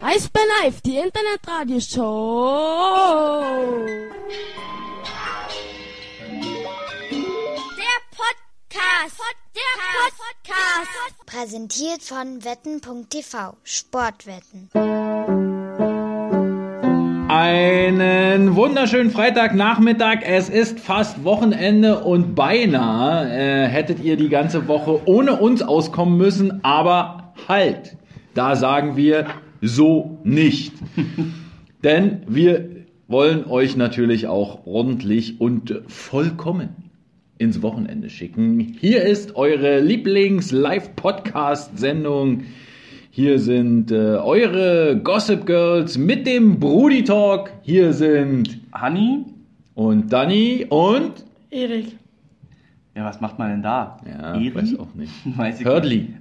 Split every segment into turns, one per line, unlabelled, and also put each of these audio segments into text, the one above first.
Eisbär Live, die Internetradioshow.
Der Podcast. Der Podcast.
Präsentiert von wetten.tv Sportwetten.
Einen wunderschönen Freitagnachmittag. Es ist fast Wochenende und beinahe äh, hättet ihr die ganze Woche ohne uns auskommen müssen. Aber halt, da sagen wir so nicht. Denn wir wollen euch natürlich auch ordentlich und vollkommen ins Wochenende schicken. Hier ist eure Lieblings-Live-Podcast-Sendung. Hier sind äh, eure Gossip Girls mit dem Brudi Talk. Hier sind
Hanni?
und Danny und
Erik.
Ja, was macht man denn da?
ja,
Eri?
weiß auch nicht.
Weiß ich
Hurdley.
nicht.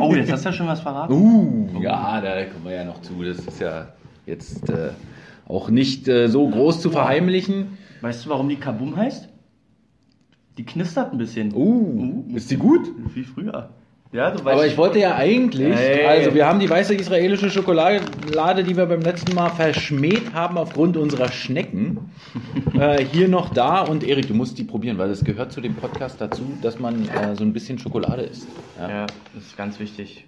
Oh, jetzt hast du ja schon was verraten.
Uh, ja, da kommen wir ja noch zu. Das ist ja jetzt äh, auch nicht äh, so groß zu verheimlichen.
Weißt du, warum die Kabum heißt? Die knistert ein bisschen.
Uh, ist die gut?
Wie früher. Ja, du weißt.
Aber ich wollte ja eigentlich,
Hey.
also wir haben die weiße israelische Schokolade, die wir beim letzten Mal verschmäht haben aufgrund unserer Schnecken, äh, hier noch da. Und Erik, du musst die probieren, weil das gehört zu dem Podcast dazu, dass man äh, so ein bisschen Schokolade isst. Ja.
Ja, das ist ganz wichtig.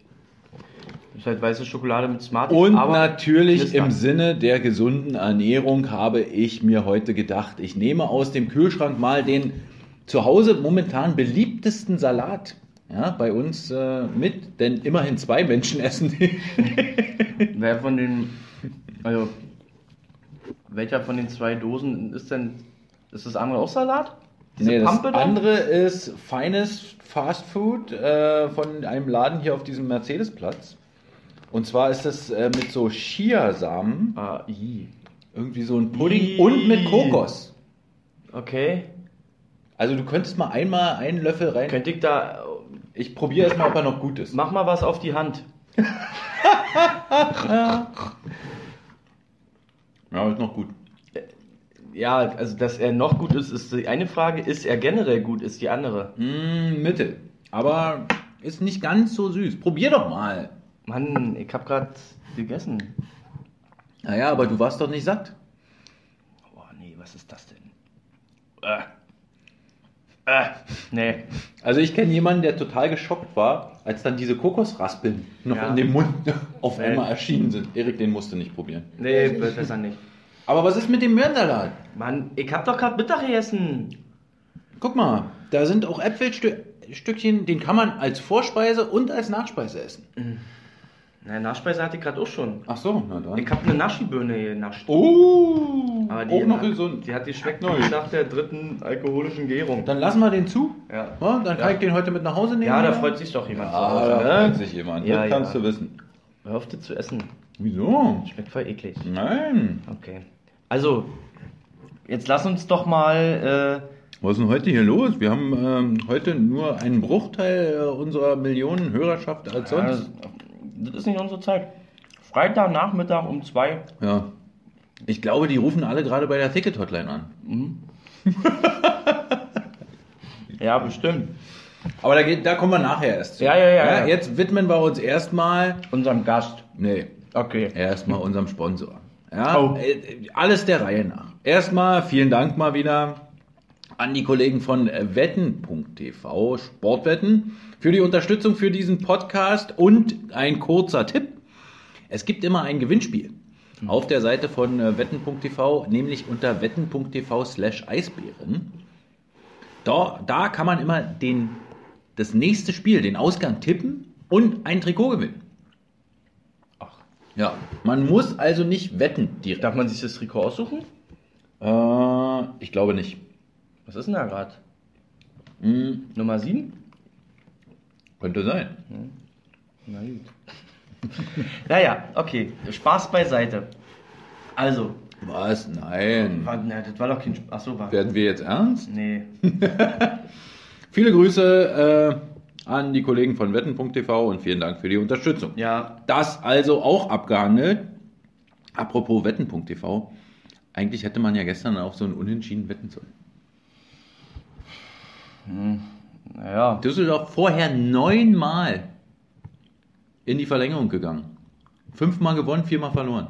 Das ist halt weiße Schokolade mit Smart.
Und natürlich
knistert.
im Sinne der gesunden Ernährung habe ich mir heute gedacht, ich nehme aus dem Kühlschrank mal den zu Hause momentan beliebtesten Salat ja, bei uns äh, mit, denn immerhin zwei Menschen essen den.
Wer von den. Also. Welcher von den zwei Dosen ist denn. Ist das andere auch Salat? Diese
nee, das
Pampe da?
andere ist feines Fast Food äh, von einem Laden hier auf diesem Mercedesplatz. Und zwar ist das äh, mit so Chiasamen,
Ah, i.
irgendwie so ein Pudding
Ih.
und mit Kokos.
Okay.
Also du könntest mal einmal einen Löffel rein.
Könnte ich da.
Ich probiere erstmal, ob er noch gut ist.
Mach mal was auf die Hand.
Ja, ist noch gut.
Ja, also dass er noch gut ist, ist die eine Frage. Ist er generell gut, ist die andere.
Mm, Mittel. Aber ist nicht ganz so süß. Probier doch mal.
Mann, ich hab grad gegessen.
Naja, aber du warst doch nicht satt.
Oh nee, was ist das denn? Äh. Äh. Nee.
Also ich kenne jemanden, der total geschockt war, als dann diese Kokosraspeln noch
Ja.
in dem Mund auf
Äh.
einmal erschienen sind. Erik, den musst du nicht probieren.
Nee, besser nicht.
Aber was ist mit dem Möhrensalat?
Mann, ich hab doch grad Mittag gegessen.
Guck mal, da sind auch Äpfelstückchen, den kann man als Vorspeise und als Nachspeise essen.
Na, Nachspeise hatte ich grad auch schon.
Ach so, na dann.
Ich hab eine Naschi-Birne genascht.
Oh,
Aber die
auch noch
hat,
gesund.
Die hat geschmeckt
Neu.
wie nach der dritten alkoholischen Gärung.
Dann lassen wir den zu.
Ja.
Ja, dann kann
Ja.
ich den heute mit nach Hause nehmen.
Ja, da
oder?
freut sich doch jemand
Ah,
zu Hause,
da freut
ne?
sich jemand.
Ja,
das
ja.
kannst du wissen.
Hör auf, das zu essen.
Wieso?
Schmeckt voll eklig.
Nein.
Okay. Also, jetzt lass uns doch mal. äh,
Was ist denn heute hier los? Wir haben ähm, heute nur einen Bruchteil äh, unserer Millionen Hörerschaft als
Äh,
sonst.
Das ist nicht unsere Zeit. Freitagnachmittag um zwei.
Ja. Ich glaube, die rufen alle gerade bei der Ticket-Hotline an.
Ja, bestimmt.
Aber da, geht, da kommen wir nachher erst zu.
Ja, ja, ja, ja.
Jetzt widmen wir uns erstmal.
Unserem Gast.
Nee,
Okay.
erstmal unserem Sponsor. Ja,
Oh.
äh, alles der Reihe nach. Erstmal vielen Dank mal wieder an die Kollegen von wetten.tv Sportwetten für die Unterstützung für diesen Podcast und ein kurzer Tipp. Es gibt immer ein Gewinnspiel auf der Seite von äh, wetten.tv, nämlich unter wetten.tv slash Eisbären. Da, da kann man immer den, das nächste Spiel, den Ausgang tippen und ein Trikot gewinnen. Ja, man muss also nicht wetten direkt.
Darf man sich das Trikot aussuchen?
Äh, ich glaube nicht.
Was ist denn da gerade? Nummer sieben?
Könnte sein.
Na gut. naja, okay. Spaß beiseite. Also,
Was? Nein.
war, na, das war doch kein Spaß. Achso, war.
Werden wir jetzt ernst?
Nee.
Viele Grüße äh, an die Kollegen von wetten.tv und vielen Dank für die Unterstützung.
Ja,
Das also auch abgehandelt. Apropos wetten.tv. Eigentlich hätte man ja gestern auf so ein Unentschieden wetten sollen.
naja.
Düsseldorf vorher neunmal in die Verlängerung gegangen. Fünfmal gewonnen, viermal verloren.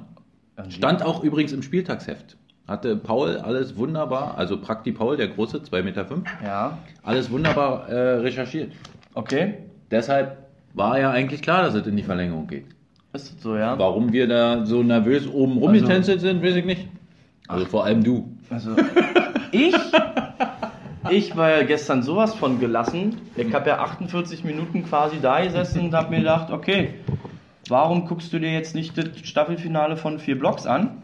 Stand auch übrigens im Spieltagsheft. Hatte Paul alles wunderbar, also Prakti Paul, der Große, 2,5 Meter, fünf,
Ja,
alles wunderbar äh, recherchiert.
okay.
Deshalb war ja eigentlich klar, dass es in die Verlängerung geht.
Ist das so, ja?
Warum wir da so nervös oben rumgetänzelt sind, weiß ich nicht. Also vor allem du.
Also, ich? Ich war ja gestern sowas von gelassen. Ich habe ja 48 Minuten quasi da gesessen und habe mir gedacht, okay, warum guckst du dir jetzt nicht das Staffelfinale von vier Blocks an?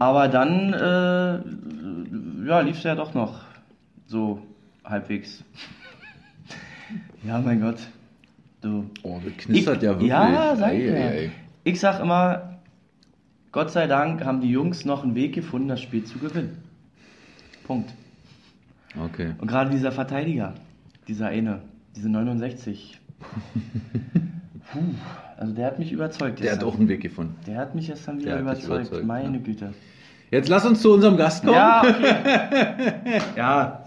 Aber dann, äh, ja, lief es ja doch noch so halbwegs. Ja, mein Gott. Du,
Oh, das
knistert ja wirklich. Ja, sag ich ja. ich sag immer, Gott sei Dank haben die Jungs noch einen Weg gefunden, das Spiel zu gewinnen. Punkt.
Okay.
Und gerade dieser Verteidiger, dieser eine, diese 69. Puh, also der hat mich überzeugt.
Der hat
gestern.
auch einen Weg gefunden.
der hat mich gestern wieder
Der hat dich
überzeugt.
überzeugt,
Meine
ne?
Güte.
Jetzt lass uns zu unserem Gast kommen.
Ja, okay. ja.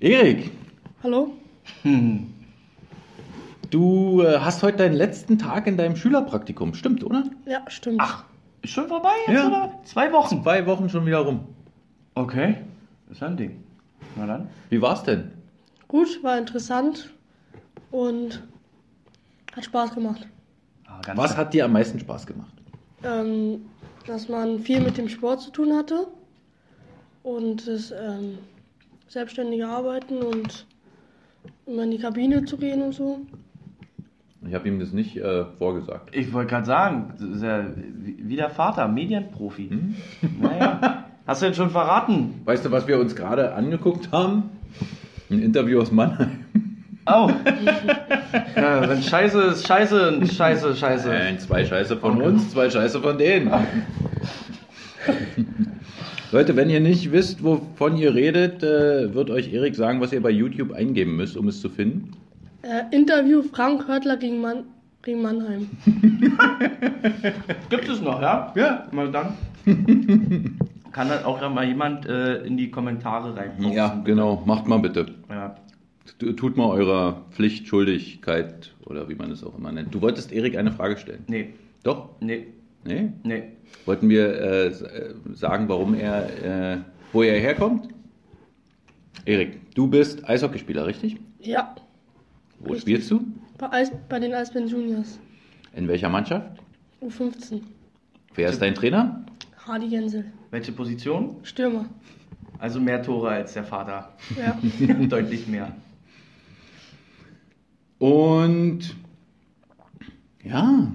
Erik,
Hallo?
Hm.
du äh, hast heute deinen letzten Tag in deinem Schülerpraktikum, stimmt, oder?
Ja, stimmt.
Ach, ist schon vorbei jetzt,
Ja.
oder? Zwei Wochen.
Zwei Wochen schon wieder rum.
Okay, ist ja ein Ding. Na dann.
Wie war's denn?
Gut, war interessant und hat Spaß gemacht.
Ah, ganz
Was hat dir am meisten Spaß gemacht?
Ähm, dass man viel mit dem Sport zu tun hatte und das ähm, selbstständige Arbeiten und immer in die Kabine zu gehen und so.
Ich habe ihm das nicht äh, vorgesagt.
Ich wollte gerade sagen, das ist ja wie wie der Vater, Medienprofi.
Hm?
Naja. Hast du denn schon verraten?
Weißt du, was wir uns gerade angeguckt haben? Ein Interview aus Mannheim.
Oh. ja, wenn Scheiße ist, Scheiße, Scheiße, Scheiße.
Nein, zwei Scheiße von uns, zwei Scheiße von denen. Leute, wenn ihr nicht wisst, wovon ihr redet, äh, wird euch Erik sagen, was ihr bei YouTube eingeben müsst, um es zu finden.
Äh, Interview Frank Hörtler gegen, Mann, gegen Mannheim.
Gibt es noch, ja?
Ja.
Mal dann. Kann dann auch mal jemand äh, in die Kommentare reinposten.
Ja, genau. Macht mal bitte.
ja.
T- Tut mal eurer Pflicht, Schuldigkeit oder wie man es auch immer nennt. Du wolltest Erik eine Frage stellen.
Nee,
Doch?
nee,
Nee?
nee.
Wollten wir äh, s- äh, sagen, warum er, äh, wo er herkommt? Erik, du bist Eishockeyspieler, richtig?
Ja,
Wo
Richtig.
spielst du?
bei, Eis, bei den Eisbären Juniors.
In welcher Mannschaft?
U15.
Wer ist dein Trainer?
Hardy Gänsel.
Welche Position?
Stürmer.
Also mehr Tore als der Vater.
Ja.
Deutlich mehr.
Und ja,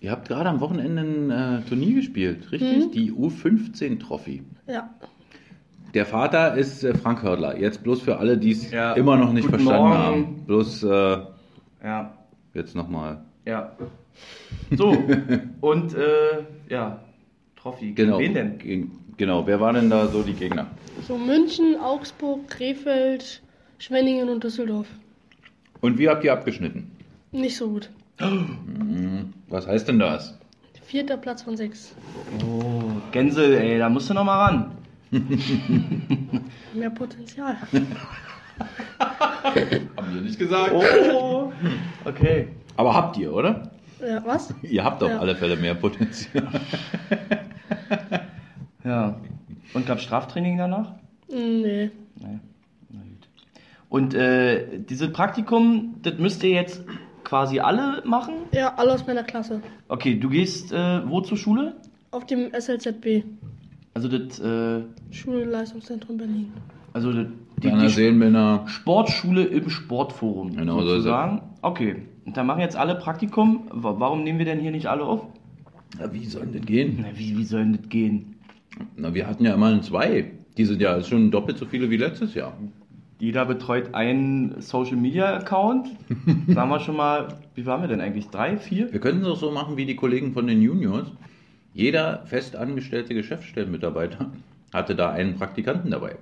ihr habt gerade am Wochenende ein äh, Turnier gespielt,
Mhm.
richtig? Die U15-Trophy.
ja.
Der Vater ist äh, Frank Hördler. Jetzt bloß für alle, die es
Ja.
immer noch nicht
Guten
verstanden
Morgen.
haben. Bloß äh,
Ja,
jetzt nochmal.
ja. So, und äh, ja, Trophy. Gegen
Genau.
Wen denn?
Ge- Genau, wer waren denn da so die Gegner?
So München, Augsburg, Krefeld, Schwenningen und Düsseldorf.
Und wie habt ihr abgeschnitten?
Nicht so gut.
Was heißt denn das?
Vierter Platz von sechs.
Oh, Gänsel, ey, da musst du noch mal ran.
Mehr Potenzial.
Haben wir nicht gesagt.
Oh, okay.
Aber habt ihr, oder?
ja, was?
Ihr habt auf
Ja.
alle Fälle mehr Potenzial.
Ja. Und gab Straftraining danach?
Nee.
Nee. Na gut. Und äh, dieses Praktikum, das müsst ihr jetzt quasi alle machen?
Ja, alle aus meiner Klasse.
Okay, du gehst äh, wo zur Schule?
Auf dem SLZB.
Also das, äh,
Schulleistungszentrum Berlin.
also das, die,
Deiner
die
Seelenmänner.
Sportschule im Sportforum
Genau so ist es.
sozusagen. Okay, und da machen jetzt alle Praktikum. Wa- Warum nehmen wir denn hier nicht alle auf?
Na, wie soll denn das gehen?
Na, wie, wie soll denn das gehen?
Na, wir hatten ja immerhin zwei. Die sind ja schon doppelt so viele wie letztes Jahr.
Jeder betreut einen Social Media Account. Sagen wir schon mal, wie waren wir denn eigentlich? Drei, vier?
Wir könnten es auch so machen wie die Kollegen von den Juniors. Jeder fest angestellte Geschäftsstellenmitarbeiter hatte da einen Praktikanten dabei.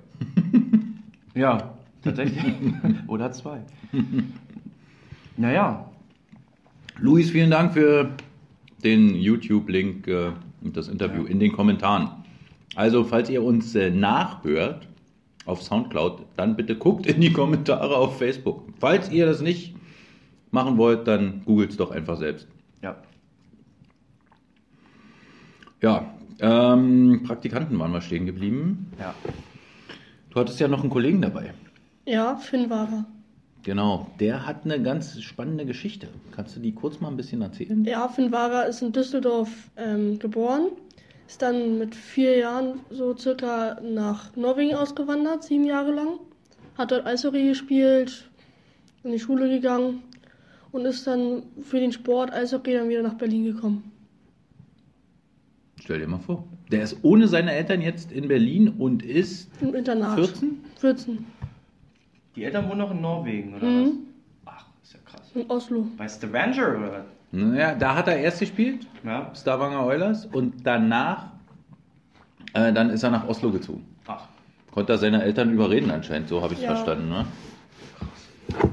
Ja, tatsächlich. Oder zwei. Naja,
Luis, vielen Dank für den YouTube-Link äh, und das Interview in den Kommentaren. Also, falls ihr uns äh, nachhört auf Soundcloud, dann bitte guckt in die Kommentare auf Facebook. Falls ihr das nicht machen wollt, dann googelt es doch einfach selbst.
Ja.
Ja, ähm, Praktikanten waren wir stehen geblieben.
ja.
Du hattest ja noch einen Kollegen dabei.
Ja, Finn war da.
Genau, der hat eine ganz spannende Geschichte. Kannst du die kurz mal ein bisschen erzählen?
Ja, Finn Wager ist in Düsseldorf ähm, geboren, ist dann mit vier Jahren so circa nach Norwegen ausgewandert, sieben Jahre lang. Hat dort Eishockey gespielt, in die Schule gegangen und ist dann für den Sport Eishockey dann wieder nach Berlin gekommen.
Stell dir mal vor. Der ist ohne seine Eltern jetzt in Berlin und ist
Im Internat.
14?
14.
Die Eltern wohnen noch in Norwegen, oder
Mhm.
was? Ach, ist ja krass.
In Oslo.
Bei Stavanger, oder was?
Naja, da hat er erst gespielt,
Ja.
Stavanger Oilers, und danach, äh, dann ist er nach Oslo gezogen.
Ach,
Konnte er seine Eltern überreden anscheinend, so habe ich es
Ja.
verstanden. Ne?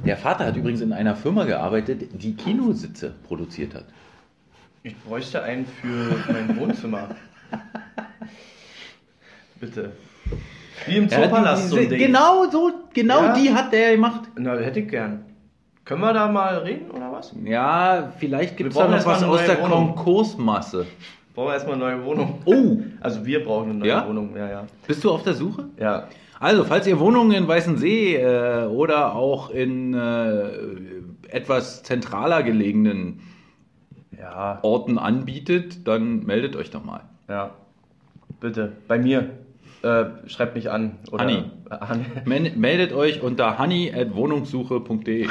Der Vater hat übrigens in einer Firma gearbeitet, die Kinositze produziert hat.
ich bräuchte einen für mein Wohnzimmer. Bitte. Wie im
Er hat die-
Zoopalast, so ein
diese-
Ding.
Genau so, genau
Ja.
die hat der gemacht.
Na, hätte ich gern. Können wir da mal reden, oder was?
Ja, vielleicht gibt es da
brauchen
noch
erstmal
was
eine
aus
neue
der
Wohnung.
Konkursmasse.
Brauchen wir erstmal eine neue Wohnung.
Oh,
Also wir brauchen eine neue
Ja?
Wohnung, ja, ja.
bist du auf der Suche?
Ja.
Also, falls ihr Wohnungen in Weißensee äh, oder auch in äh, etwas zentraler gelegenen
Ja,
Orten anbietet, dann meldet euch doch mal.
ja. Bitte, bei mir. Äh, schreibt mich an. Oder
Anni.
Äh, Anni.
Men meldet euch unter honey.wohnungssuche.de.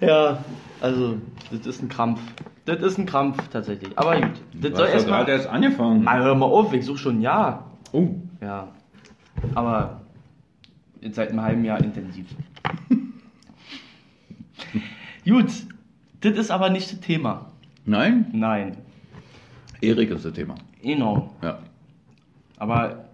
Ja, also, das ist ein Krampf. Das ist ein Krampf tatsächlich. Aber gut, das soll erstmal.
erst angefangen.
Mal hör mal auf, ich suche schon ein Jahr.
Oh,
Ja. Aber jetzt seit einem halben Jahr intensiv. gut, das ist aber nicht das Thema.
nein?
Nein.
Erik ist das Thema.
Genau.
Ja.
Aber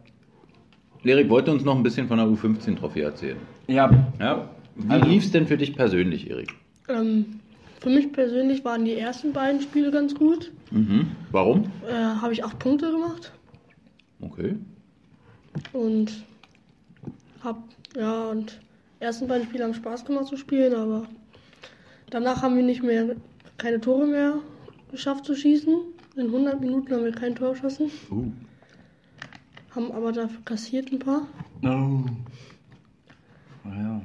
Erik wollte uns noch ein bisschen von der U15-Trophäe erzählen.
ja,
Ja. Wie
Also-
lief's denn für dich persönlich, Erik?
Ähm, für mich persönlich waren die ersten beiden Spiele ganz gut.
Mhm. Warum?
Äh, Habe ich acht Punkte gemacht
Okay.
und hab ja und ersten beiden Spiele haben Spaß gemacht zu spielen, aber danach haben wir nicht mehr keine Tore mehr geschafft zu schießen. In 100 Minuten haben wir kein Tor geschossen,
Uh.
haben aber dafür kassiert ein paar.
No. Ja.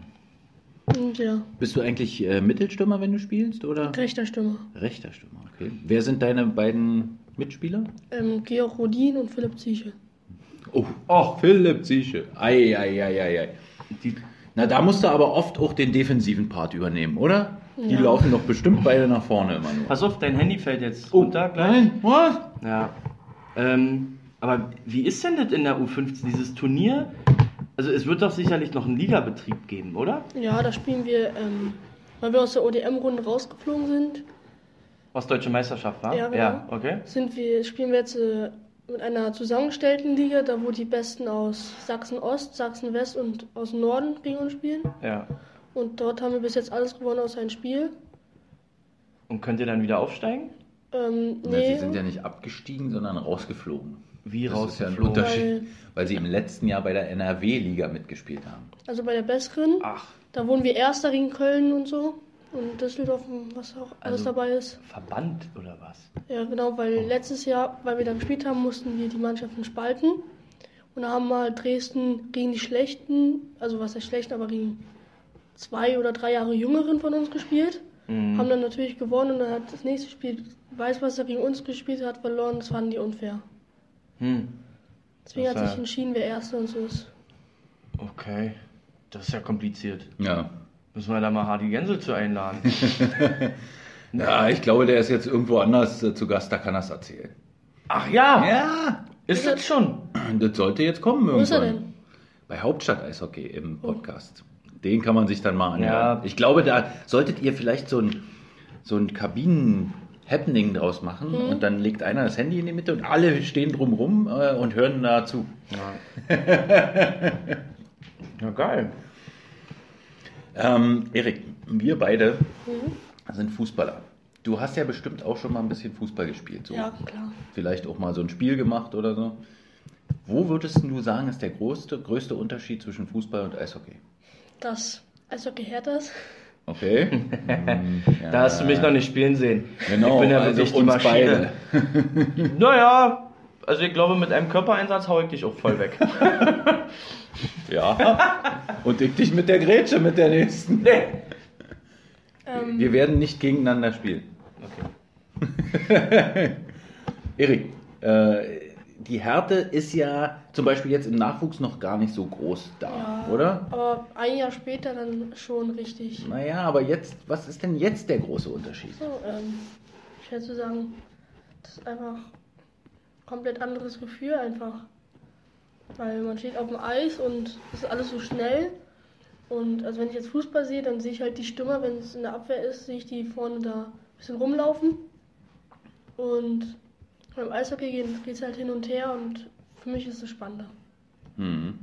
Und ja,
Bist du eigentlich äh, Mittelstürmer, wenn du spielst, oder?
rechter Stürmer.
Rechter Stürmer, okay. Wer sind deine beiden Mitspieler?
Ähm, Georg Rodin und Philipp Zieche.
Oh, Och, Philipp Siesche. Ei, ei, ei, ei, ei.
Die,
Na, da musst du aber oft auch den defensiven Part übernehmen, oder? Die
Ja.
laufen doch bestimmt beide nach vorne immer nur.
pass auf, dein Handy fällt jetzt
Oh,
runter gleich.
nein, was?
Ja. Ähm, aber wie ist denn das in der U15, dieses Turnier? Also es wird doch sicherlich noch einen Ligabetrieb geben, oder?
Ja, da spielen wir, ähm, weil wir aus der ODM-Runde rausgeflogen sind,
Was deutsche Meisterschaft war?
Ja, genau.
ja okay.
sind wir, spielen wir jetzt äh, mit einer zusammengestellten Liga, da wo die Besten aus Sachsen-Ost, Sachsen-West und aus dem Norden gegen uns spielen.
Ja.
Und dort haben wir bis jetzt alles gewonnen aus einem Spiel.
Und könnt ihr dann wieder aufsteigen?
Ähm,
Na,
nee,
Sie sind ja nicht abgestiegen, sondern rausgeflogen.
Wie
Das ist ja ein
rausgeflogen?
Unterschied, weil sie im letzten Jahr bei der NRW-Liga mitgespielt haben.
also bei der Besseren,
Ah.
Ach,
da wurden wir Erster gegen Köln und so. Und Düsseldorf, und was auch alles
Also-
dabei ist.
Verband oder was?
Ja, genau, weil
Oh.
letztes Jahr, weil wir da gespielt haben, mussten wir die Mannschaften spalten. Und da haben mal Dresden gegen die Schlechten, also was heißt Schlechten, aber gegen zwei oder drei Jahre Jüngeren von uns gespielt.
Mhm.
Haben dann natürlich gewonnen und dann hat das nächste Spiel Weißwasser gegen uns gespielt, hat verloren. Das fanden die unfair.
Hm.
Deswegen
Das
hat sich
war-
entschieden, wer Erster und so ist.
Okay. Das ist ja kompliziert.
Ja.
Müssen wir da mal Hardy Gensel zu einladen?
Ja, ich glaube, der ist jetzt irgendwo anders äh, zu Gast, da kann er es erzählen.
Ach ja,
Ja,
ist das schon?
das sollte jetzt kommen irgendwann.
Wo ist er denn?
bei Hauptstadt Eishockey im Podcast. Den kann man sich dann mal anhören.
Oh. Ja.
Ich glaube, da solltet ihr vielleicht so ein, so ein Kabinen-Happening draus machen
Mhm.
und dann legt einer das Handy in die Mitte und alle stehen drumrum äh, und hören dazu.
Ja, geil.
Ähm, Erik, wir beide
Mhm.
sind Fußballer. Du hast ja bestimmt auch schon mal ein bisschen Fußball gespielt. So.
Ja, klar.
Vielleicht auch mal so ein Spiel gemacht oder so. Wo würdest du sagen, ist der größte, größte Unterschied zwischen Fußball und Eishockey?
Das Eishockey härter ist.
Okay. Hm, ja.
Da hast du mich noch nicht spielen sehen.
Genau,
ich bin ja
also
wirklich die
uns
Maschine.
beide.
Naja, also ich glaube, mit einem Körpereinsatz hau ich dich auch voll weg.
Ja. Und ich dich mit der Grätsche, mit der nächsten.
nee.
Ähm,
Wir werden nicht gegeneinander spielen.
Okay.
Erik, äh, die Härte ist ja zum Beispiel jetzt im Nachwuchs noch gar nicht so groß da,
ja,
oder?
Aber ein Jahr später dann schon richtig.
Naja, aber jetzt, was ist denn jetzt der große Unterschied?
So, ähm, ich hätte zu sagen, das ist einfach komplett anderes Gefühl einfach. Weil man steht auf dem Eis und es ist alles so schnell. Und also wenn ich jetzt Fußball sehe, dann sehe ich halt die Stürmer, wenn es in der Abwehr ist, sehe ich die vorne da ein bisschen rumlaufen. Und beim Eishockey geht es halt hin und her und für mich ist es spannender.
Hm.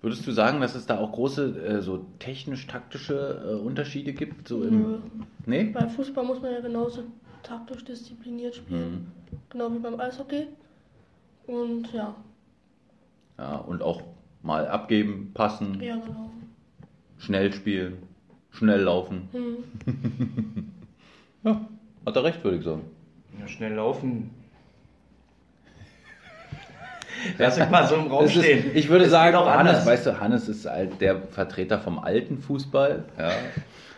Würdest du sagen, dass es da auch große äh, so technisch-taktische äh, Unterschiede gibt? So im,
Nö.
Nee?
Also, Bei Fußball muss man ja genauso taktisch diszipliniert spielen.
Hm.
Genau wie beim Eishockey. Und ja,
Ja, und auch mal abgeben, passen,
ja genau.
schnell spielen, schnell laufen.
Hm.
Ja, hat er recht, würde ich sagen.
Ja, schnell laufen. Lass ich mal so im Raum
Es ist,
stehen.
ich würde
Es
sagen,
geht auch
Hannes,
anders.
weißt du, Hannes ist halt der Vertreter vom alten Fußball. Ja.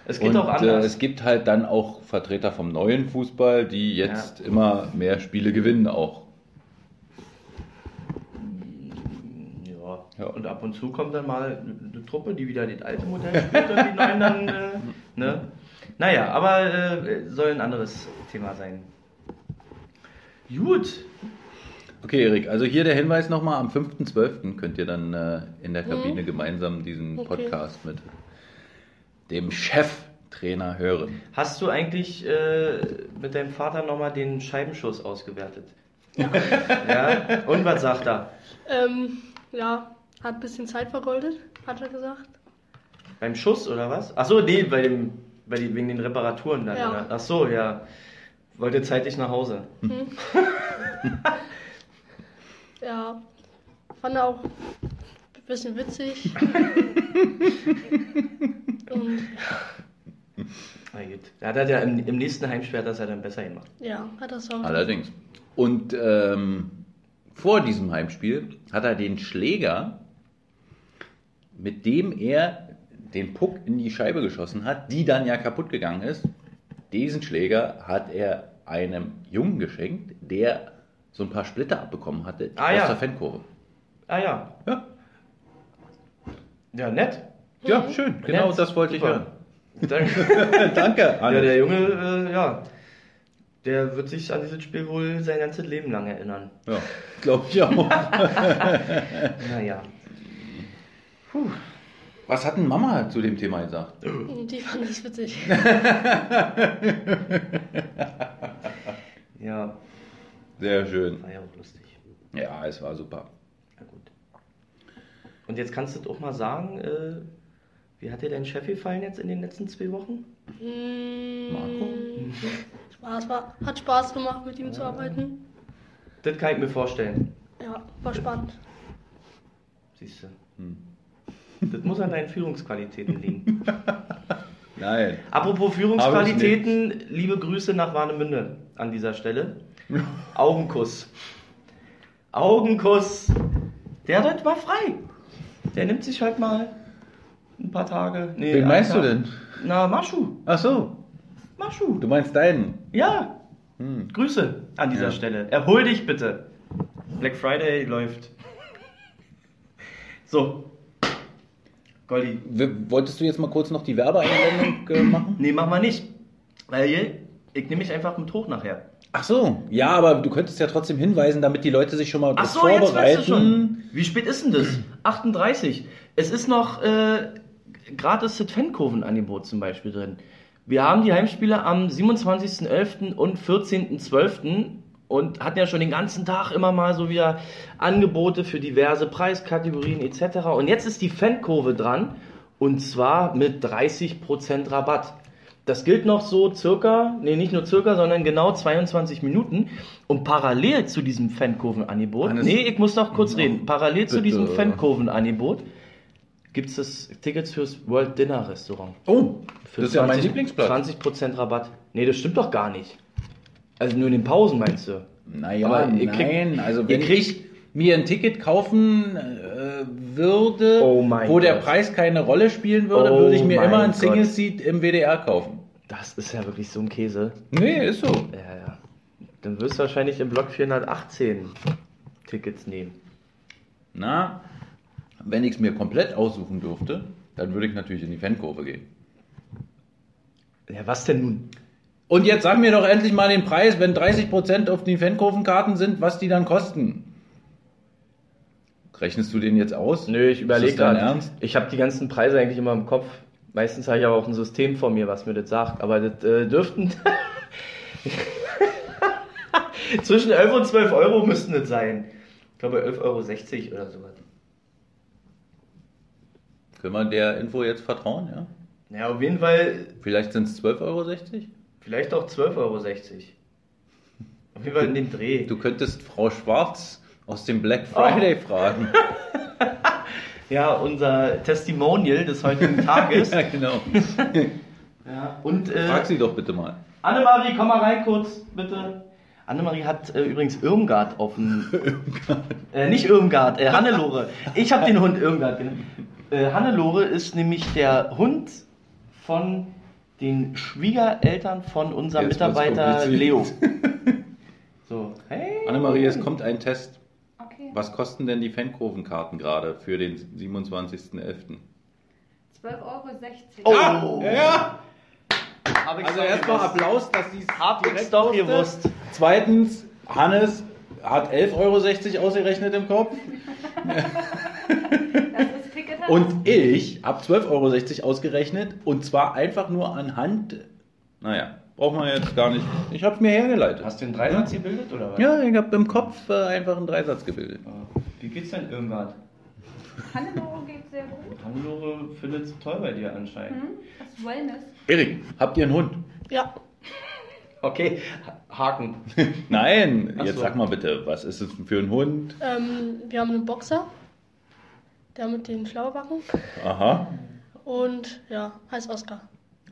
es geht
Und,
auch anders.
Äh, es gibt halt dann auch Vertreter vom neuen Fußball, die jetzt immer mehr Spiele gewinnen auch.
ja.
Ja.
Und ab und zu kommt dann mal eine Truppe, die wieder das alte Modell spielt und die neuen dann. Äh, ne? Naja, aber äh, soll ein anderes Thema sein. Gut.
Okay, Erik, also hier der Hinweis nochmal, am 5.12. könnt ihr dann äh, in der Kabine gemeinsam diesen
Okay.
Podcast mit dem Cheftrainer hören.
Hast du eigentlich äh, mit deinem Vater nochmal den Scheibenschuss ausgewertet? Ja. Und was sagt er?
Ähm, ja, hat ein bisschen Zeit vergoldet, hat er gesagt.
Beim Schuss oder was? Achso, nee, bei dem, bei den, wegen den Reparaturen dann.
Ja.
Ja. Achso, ja. Wollte zeitig nach Hause.
Ja, fand er auch ein bisschen witzig. Und
Na gut. Da hat er ja im, im nächsten Heimspiel hat das ja dann besser gemacht.
ja, hat das auch.
Allerdings. Und ähm, vor diesem Heimspiel hat er den Schläger, mit dem er den Puck in die Scheibe geschossen hat, die dann ja kaputt gegangen ist, diesen Schläger hat er einem Jungen geschenkt, der so ein paar Splitter abbekommen hatte
Ah,
aus
ja.
der Fankurve.
Ah ja.
Ja,
Ja, nett.
ja schön. Genau
nett.
das wollte
Super. Danke.
ich hören. Danke.
ja,
Hannes.
der Junge, äh, ja. Der wird sich an dieses Spiel wohl sein ganzes Leben lang erinnern.
Ja, glaube ich auch.
Naja.
Was hat denn Mama zu dem Thema gesagt?
Und die fand das witzig.
Ja,
Sehr schön.
war ja auch lustig.
Ja, es war super.
Na gut. Und jetzt kannst du doch mal sagen, äh, wie hat dir dein Chef gefallen jetzt in den letzten zwei Wochen?
Mm,
Marco?
Spaß war, hat Spaß gemacht, mit ihm zu arbeiten.
Das kann ich mir vorstellen.
Ja, war spannend.
Siehst du.
Hm.
Das muss an deinen Führungsqualitäten liegen.
Nein.
Apropos Führungsqualitäten, liebe Grüße nach Warnemünde an dieser Stelle. Augenkuss. Augenkuss. Der wird mal frei. Der nimmt sich halt mal ein paar Tage. Nee,
Wen
einen
meinst du
Tag.
denn?
Na, Maschu.
Ach so,
Maschu.
du meinst deinen.
Ja. Grüße an dieser
Hm. Ja.
Stelle. Erhol dich bitte. Black Friday läuft. So. Goldi.
W- Wolltest du jetzt mal kurz noch die Werbeeinblendung äh, machen?
Nee, mach mal nicht. Weil je- ich nehme mich einfach mit hoch nachher.
Ach so, ja, aber du könntest ja trotzdem hinweisen, damit die Leute sich schon mal
Ach
drauf
so, jetzt weißt
vorbereiten.
du schon. Wie spät ist denn das? 38. Es ist noch äh, gratis das Fankurvenangebot zum Beispiel drin. Wir haben die Heimspiele am 27.11. und 14.12. und hatten ja schon den ganzen Tag immer mal so wieder Angebote für diverse Preiskategorien etc. Und jetzt ist die Fankurve dran und zwar mit 30% Rabatt. Das gilt noch so circa, nee, nicht nur circa, sondern genau 22 Minuten. Und parallel zu diesem Fankurvenangebot,
Hannes,
nee, ich muss noch kurz reden, parallel zu
bitte.
diesem Fankurvenangebot gibt es Tickets fürs World Dinner Restaurant.
Oh,
Für
das ist ja mein
20
Lieblingsplatz.
20% Rabatt. Nee, das stimmt doch gar nicht. Also nur in den Pausen meinst du?
Naja,
Aber ihr kriegt-
nein, also
ihr
wenn
kriegt-
ich mir ein Ticket kaufen äh, würde,
Oh mein
wo der
Gott.
Preis keine Rolle spielen würde,
Oh
würde ich mir
mein
immer ein
Gott.
Single Seat im WDR kaufen.
Das ist ja wirklich so ein Käse.
Nee, ist so.
Ja, ja. Dann wirst du wahrscheinlich im Block 418 Tickets nehmen.
Na, wenn ich es mir komplett aussuchen dürfte, dann würde ich natürlich in die Fankurve gehen.
Ja, was denn nun?
Und jetzt sag mir doch endlich mal den Preis, wenn 30% auf die Fankurvenkarten sind, was die dann kosten. Rechnest du den jetzt aus?
Nö, ich überlege
Ist das dein
gerade.
Ernst?
Ich habe die ganzen Preise eigentlich immer im Kopf. Meistens habe ich aber auch ein System vor mir, was mir das sagt. Aber das äh, dürften. Zwischen 11 und 12 Euro müssten das sein. Ich glaube 11,60 Euro oder sowas.
Können wir der Info jetzt vertrauen, ja?
Ja, auf jeden Fall
Vielleicht sind es 12,60 Euro?
vielleicht auch 12,60 Euro. Auf jeden Fall in dem Dreh.
Du könntest Frau Schwarz aus dem Black Friday fragen.
Ja, unser Testimonial des heutigen Tages.
ja, genau.
ja. Und äh,
Frag sie doch bitte mal.
Annemarie, komm mal rein kurz, bitte. Annemarie hat äh, übrigens Irmgard auf dem. äh, nicht Irmgard, äh, Hannelore. Ich habe den Hund Irmgard genannt. Äh, Hannelore ist nämlich der Hund von den Schwiegereltern von unserem
Jetzt wird's
Mitarbeiter
kompliziert.
Leo. So, hey.
Annemarie, es kommt ein Test. Was kosten denn die Fankurvenkarten gerade für den 27.11.?
12,60 Euro.
Oh,
Ja!
hab
Ah!
ich's
Also
doch
erstmal
gewusst.
Applaus, dass sie es
Hab
direkt
ich's doch
wusste.
gewusst.
Zweitens, Hannes hat 11,60 Euro ausgerechnet im Kopf.
Das ist Ticket
Und ich habe 12,60 Euro ausgerechnet und zwar einfach nur anhand. Naja, braucht man jetzt gar nicht. Ich habe es mir hergeleitet.
Hast du den Dreisatz gebildet oder was? Äh,
Ja, ich habe im Kopf äh, einfach einen Dreisatz gebildet.
Wie geht's denn Irmgard?
Hannelore geht sehr gut.
Hannelore findet es toll bei dir anscheinend.
Hm? Das Wellness.
Erik, habt ihr einen Hund?
Ja,
Okay, Haken.
Nein,
Ach
jetzt
so.
sag mal bitte, was ist es denn für ein Hund?
ähm, wir haben einen Boxer, der mit den Schlauerbacken
Aha.
und ja, heißt Oskar.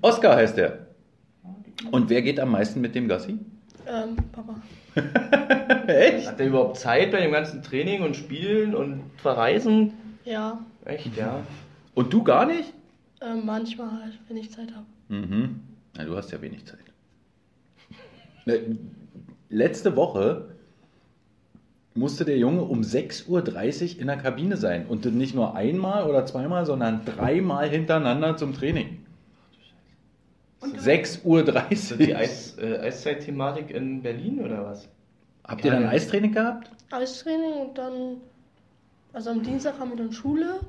Oscar heißt er. Und wer geht am meisten mit dem Gassi?
Ähm, Papa.
Echt?
Hat der überhaupt Zeit bei dem ganzen Training und Spielen und Verreisen?
Ja,
Echt, ja.
Und du gar nicht?
ähm, manchmal halt, wenn ich Zeit habe.
Mhm. Na, du hast ja wenig Zeit. Ne, Letzte Woche musste der Junge um 6.30 Uhr in der Kabine sein. Und nicht nur einmal oder zweimal, sondern dreimal hintereinander zum Training. 6.30
Ist
Uhr.
das die Eis, äh, Eiszeit-Thematik in Berlin oder was?
Habt ihr dann Eistraining gehabt?
Eistraining und dann, also am Dienstag haben wir dann Schule.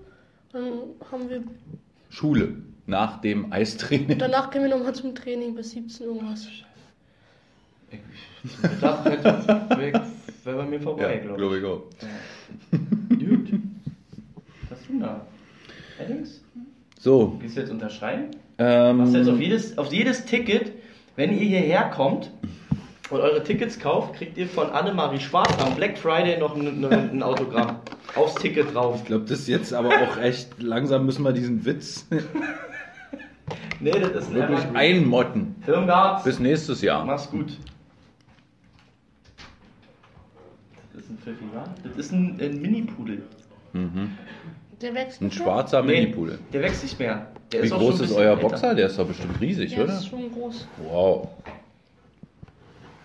Dann haben wir,
Schule. Nach dem Eistraining.
danach gehen wir nochmal zum Training bis 17 Uhr was.
Ich dachte, das wäre bei mir vorbei, glaube
glaube ich auch.
ich. Gut. Was tun da? Allerdings?
So.
Gehst du jetzt unterschreiben?
Ähm,
Machst du jetzt auf jedes, auf jedes Ticket, wenn ihr hierher kommt und eure Tickets kauft, kriegt ihr von Annemarie Schwarz am Black Friday noch ein, ein ein Autogramm. Aufs Ticket drauf.
ich glaube, das ist jetzt aber auch echt langsam müssen wir diesen Witz
Nee, das ist
wirklich
ein
einmotten.
Irmgard,
Bis nächstes Jahr.
mach's gut. Das ist ein Pfiffi, wa? Das ist ein, ein Mini-Pudel.
Der wächst
Ein
nicht mehr.
schwarzer
Nee,
Minipudel.
Der wächst nicht mehr. Der
Wie
auch
groß
schon ein
ist
bisschen
euer
älter.
Boxer? Der ist doch bestimmt riesig,
Der
oder?
ist schon groß.
Wow.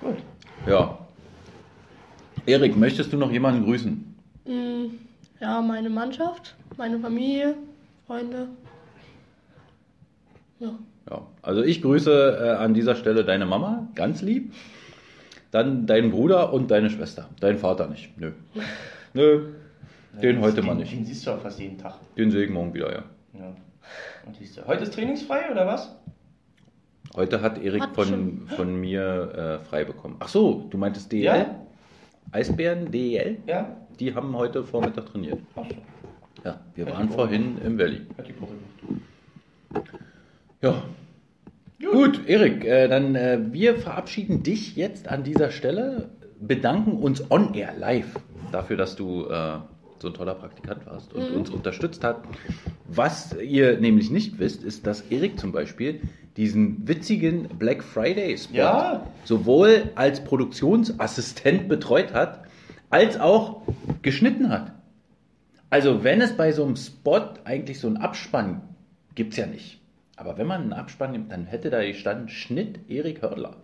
Gut.
Ja. Erik, möchtest du noch jemanden grüßen?
Mm, Ja, meine Mannschaft, meine Familie, Freunde. Ja.
Ja. Also ich grüße äh, an dieser Stelle deine Mama, ganz lieb. Dann deinen Bruder und deine Schwester. Deinen Vater nicht. Nö. Nö. Den heute mal nicht.
Den siehst du auch fast jeden Tag.
Den sehe ich morgen wieder, ja.
Ja. Und siehst du. Heute ist trainingsfrei oder was?
Heute hat Erik
Hat
von,
schon.
von mir äh, frei bekommen. Ach so, du meintest DEL?
Ja.
Eisbären, DEL?
Ja?
Die haben heute Vormittag trainiert.
Ach so.
Ja, wir waren vorhin im Valley.
Hat die Woche gemacht.
Ja. Gut, Erik, äh, dann äh, wir verabschieden dich jetzt an dieser Stelle, bedanken uns on air live dafür, dass du äh, so ein toller Praktikant warst und uns unterstützt hat, Was ihr nämlich nicht wisst, ist, dass Erik zum Beispiel diesen witzigen Black Friday Spot
Ja.
sowohl als Produktionsassistent betreut hat, als auch geschnitten hat. Also wenn es bei so einem Spot eigentlich so einen Abspann gibt es ja nicht. Aber wenn man einen Abspann nimmt, dann hätte da gestanden Schnitt Erik Hördler.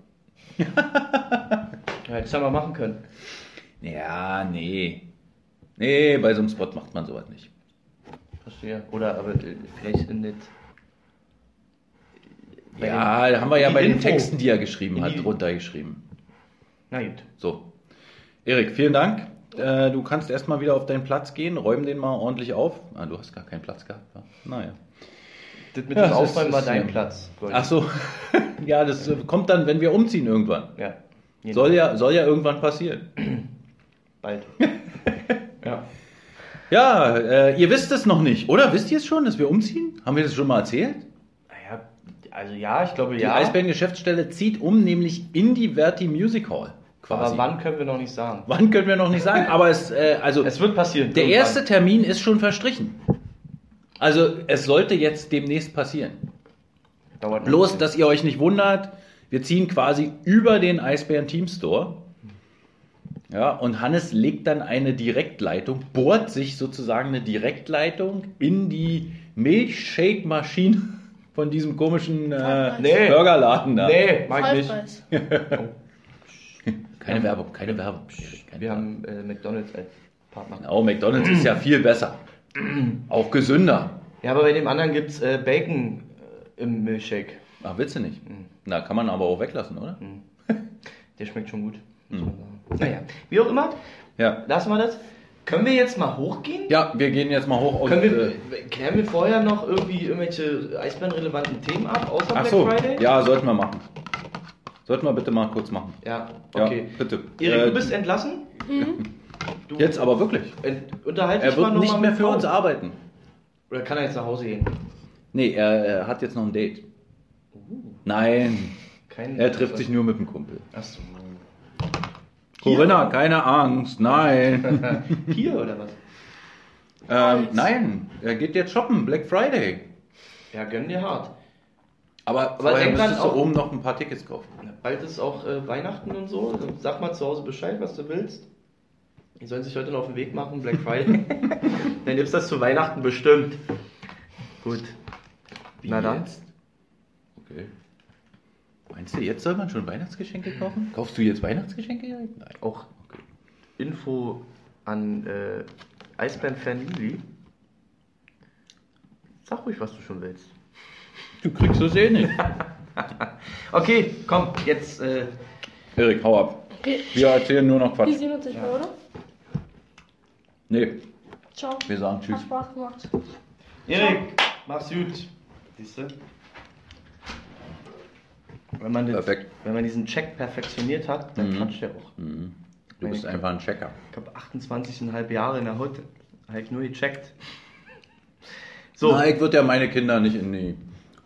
Ja, hättest du ja mal machen können.
Ja, nee. Nee, bei so einem Spot macht man sowas nicht.
Verstehe. Oder aber äh, vielleicht in nicht. Bei
ja,
den-
da haben wir ja
die
bei den
Info.
Texten, die er geschrieben
In
hat,
die-
drunter geschrieben.
Na gut.
So. Erik, vielen Dank. Äh, du kannst erstmal wieder auf deinen Platz gehen, räum den mal ordentlich auf. Ah, du hast gar keinen Platz gehabt. Ja. Naja.
Das mit
Ja, das
dem
ist-
Aufräumen war
ist,
dein
ja.
Platz. Gold.
Ach so. ja, das äh, kommt dann, wenn wir umziehen irgendwann.
Ja. Jeden
Soll ja, soll ja irgendwann passieren.
Bald. ja.
Ja, äh, ihr wisst es noch nicht, oder? Wisst ihr es schon, dass wir umziehen? Haben wir das schon mal erzählt?
Naja, also ja, ich glaube
Die
ja.
Eisbären-Geschäftsstelle zieht um, nämlich in die Verti Music Hall. Quasi.
aber wann können wir noch nicht sagen.
Wann können wir noch nicht sagen, aber es, äh, also
Es wird passieren.
der
irgendwann.
erste Termin ist schon verstrichen. Also es sollte jetzt demnächst passieren.
Dauert noch
Bloß,
ein
dass ihr euch nicht wundert, wir ziehen quasi über den Eisbären Team Store. Ja, und Hannes legt dann eine Direktleitung, bohrt sich sozusagen eine Direktleitung in die Milchshake-Maschine von diesem komischen äh,
Nee.
Burgerladen da.
bisschen. Nee, mach ich
Five
nicht.
Guys.
Keine Werbung, keine Werbung. Erik, keine
Wir
Werbung.
haben äh, McDonalds als Partner.
Oh, McDonalds ist ja viel besser. Auch gesünder.
Ja, aber bei dem anderen gibt es äh, Bacon äh, im Milchshake.
Ach, willst du nicht?
Mhm.
Na, kann man aber auch weglassen, oder?
Der schmeckt schon gut.
Hm.
muss man sagen. Naja, wie auch immer,
Ja.
lassen wir das. Können wir jetzt mal hochgehen?
Ja, wir gehen jetzt mal hoch.
Können
äh,
wir, klären wir vorher noch irgendwie irgendwelche eisbärenrelevanten Themen ab, außer
ach
Black
so,
Friday?
ja, sollten wir machen. Sollten wir bitte mal kurz machen.
Ja,
Ja,
okay.
bitte.
Erik,
Äh,
du bist entlassen? Du,
Jetzt aber wirklich.
Ent, Äh, unterhalte
Er
dich
wird
mal noch
nicht
mal
mehr
mit
für
Paul.
uns arbeiten.
Oder kann er jetzt nach Hause gehen?
Nee, er, er hat jetzt noch ein Date.
Oh.
Nein,
Kein
er trifft sich nur mit dem Kumpel.
Achso.
Corinna, keine Angst, nein.
Hier oder was?
ähm, nein, er geht jetzt shoppen, Black Friday.
Ja, gönn dir hart.
Aber, aber
Aber
vorher
denk dran,
müsstest du
auch-
oben noch ein paar Tickets kaufen.
Bald ist auch äh, Weihnachten und so. Sag mal zu Hause Bescheid, was du willst. Die sollen sich heute noch auf den Weg machen, Black Friday. dann gibt's das zu Weihnachten bestimmt. Gut. Na dann.
jetzt? Okay. Meinst du, jetzt soll man schon Weihnachtsgeschenke kaufen? Kaufst du jetzt Weihnachtsgeschenke? Erik? Nein.
Auch Info an äh, Eisbären-Fan Lili. Sag ruhig, was du schon willst.
Du kriegst das eh nicht.
Okay, komm, jetzt. Äh,
Erik, hau ab.
Okay,
Wir erzählen nur noch
wir
Quatsch.
sehen uns nicht mehr, oder?
Nee,
Ciao.
wir sagen Tschüss.
Hat Spaß gemacht.
Erik, mach's gut. Siehste? Wenn man, den,
Perfekt.
wenn man diesen Check perfektioniert hat, dann klatscht er auch.
Du bist einfach ein Checker.
Ich habe 28,5 Jahre in der Hütte. Habe ich nur gecheckt. So,
Na, ich würde ja meine Kinder nicht in die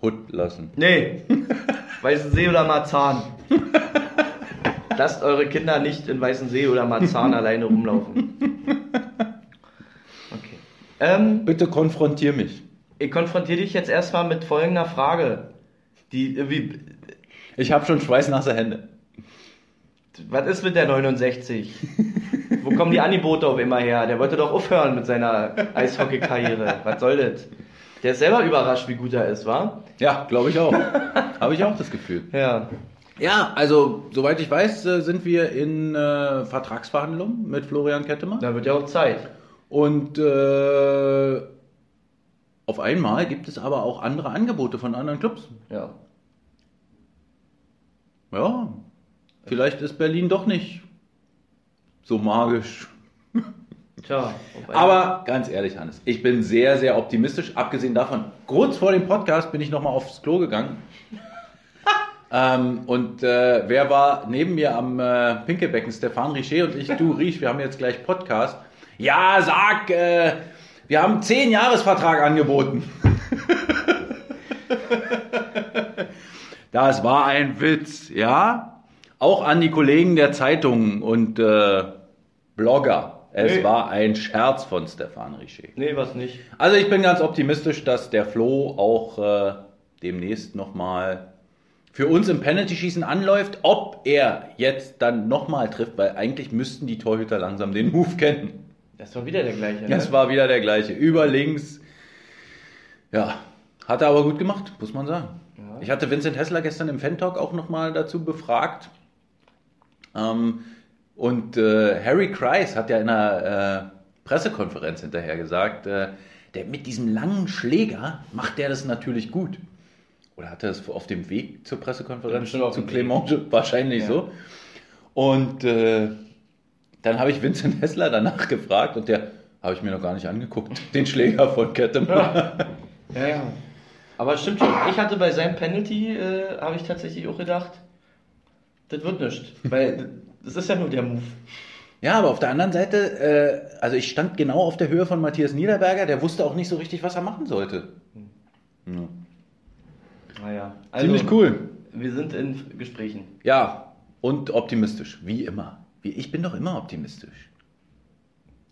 Hut lassen.
nee. Weißensee oder Marzahn. Lasst eure Kinder nicht in Weißensee oder Marzahn alleine rumlaufen. Okay. Ähm,
Bitte konfrontier mich.
ich konfrontiere dich jetzt erstmal mit folgender Frage. Die irgendwie
Ich habe schon schweißnasse Hände.
Was ist mit der 69? Wo kommen die Angebote auf immer her? Der wollte doch aufhören mit seiner Eishockey-Karriere. Was soll das? Der ist selber überrascht, wie gut er ist, wa?
Ja, glaube ich auch. habe ich auch das Gefühl.
Ja.
Ja, also, soweit ich weiß, äh, sind wir in äh, Vertragsverhandlungen mit Florian Kettemann.
Da wird ja auch Zeit.
Und äh, auf einmal gibt es aber auch andere Angebote von anderen Clubs.
Ja.
Ja, vielleicht ist Berlin doch nicht so magisch.
Tja. auf einmal-
Aber ganz ehrlich, Hannes, ich bin sehr, sehr optimistisch. Abgesehen davon, kurz vor dem Podcast bin ich nochmal aufs Klo gegangen. ähm, und äh, wer war neben mir am äh, Pinkelbecken? Stefan Richer und ich. Du, Riech, wir haben jetzt gleich Podcast. Ja, sag, äh, wir haben zehn Jahresvertrag angeboten. das war ein Witz, ja? Auch an die Kollegen der Zeitungen und äh, Blogger. Es
Nee.
war ein Scherz von Stefan Richer.
Nee, was nicht.
Also ich bin ganz optimistisch, dass der Flo auch äh, demnächst nochmal für uns im Penalty-Schießen anläuft, ob er jetzt dann nochmal trifft, weil eigentlich müssten die Torhüter langsam den Move kennen.
Das war wieder der gleiche. ne?
Das war wieder der gleiche. Über links. Ja, hat er aber gut gemacht, muss man sagen.
Ja.
Ich hatte Vincent Hessler gestern im Fan-Talk auch nochmal dazu befragt. Ähm, und äh, Harry Kreis hat ja in einer äh, Pressekonferenz hinterher gesagt, äh, der mit diesem langen Schläger macht der das natürlich gut. Oder hat er das auf dem Weg zur Pressekonferenz
Bestimmt auf
zu
dem
Clemente? Wahrscheinlich
Ja.
so. Und äh, dann habe ich Vincent Hessler danach gefragt und der habe ich mir noch gar nicht angeguckt, den Schläger von Kettemann.
Ja, ja. Aber es stimmt schon. Ich hatte bei seinem Penalty, äh, habe ich tatsächlich auch gedacht, das wird nichts. Weil das ist ja nur der Move.
Ja, aber auf der anderen Seite, äh, also ich stand genau auf der Höhe von Matthias Niederberger, der wusste auch nicht so richtig, was er machen sollte. Ja.
Naja.
Ziemlich cool.
Also, Wir sind in Gesprächen.
Ja, und optimistisch, wie immer. Wie, ich bin doch immer optimistisch.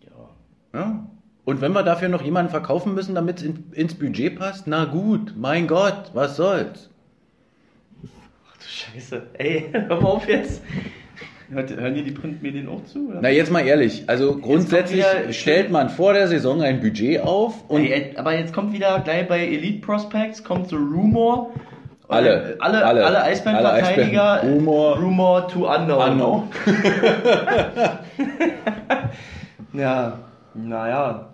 Ja.
Ja? Und wenn wir dafür noch jemanden verkaufen müssen, damit es in, ins Budget passt, na gut, mein Gott, was soll's.
Ach du Scheiße. Ey, hör mal auf jetzt. Hört, hören die die Printmedien auch zu? Oder?
Na, jetzt mal ehrlich, also grundsätzlich
kommt wieder-
stellt man vor der Saison ein Budget auf und
Ey, aber jetzt kommt wieder gleich bei Elite Prospects, kommt so Rumor.
Alle.
Äh, alle,
Alle.
alle,
Alle
Eisbärenverteidiger.
Eisbären. Rumor.
Rumor to unknown.
Anno.
Ja, naja.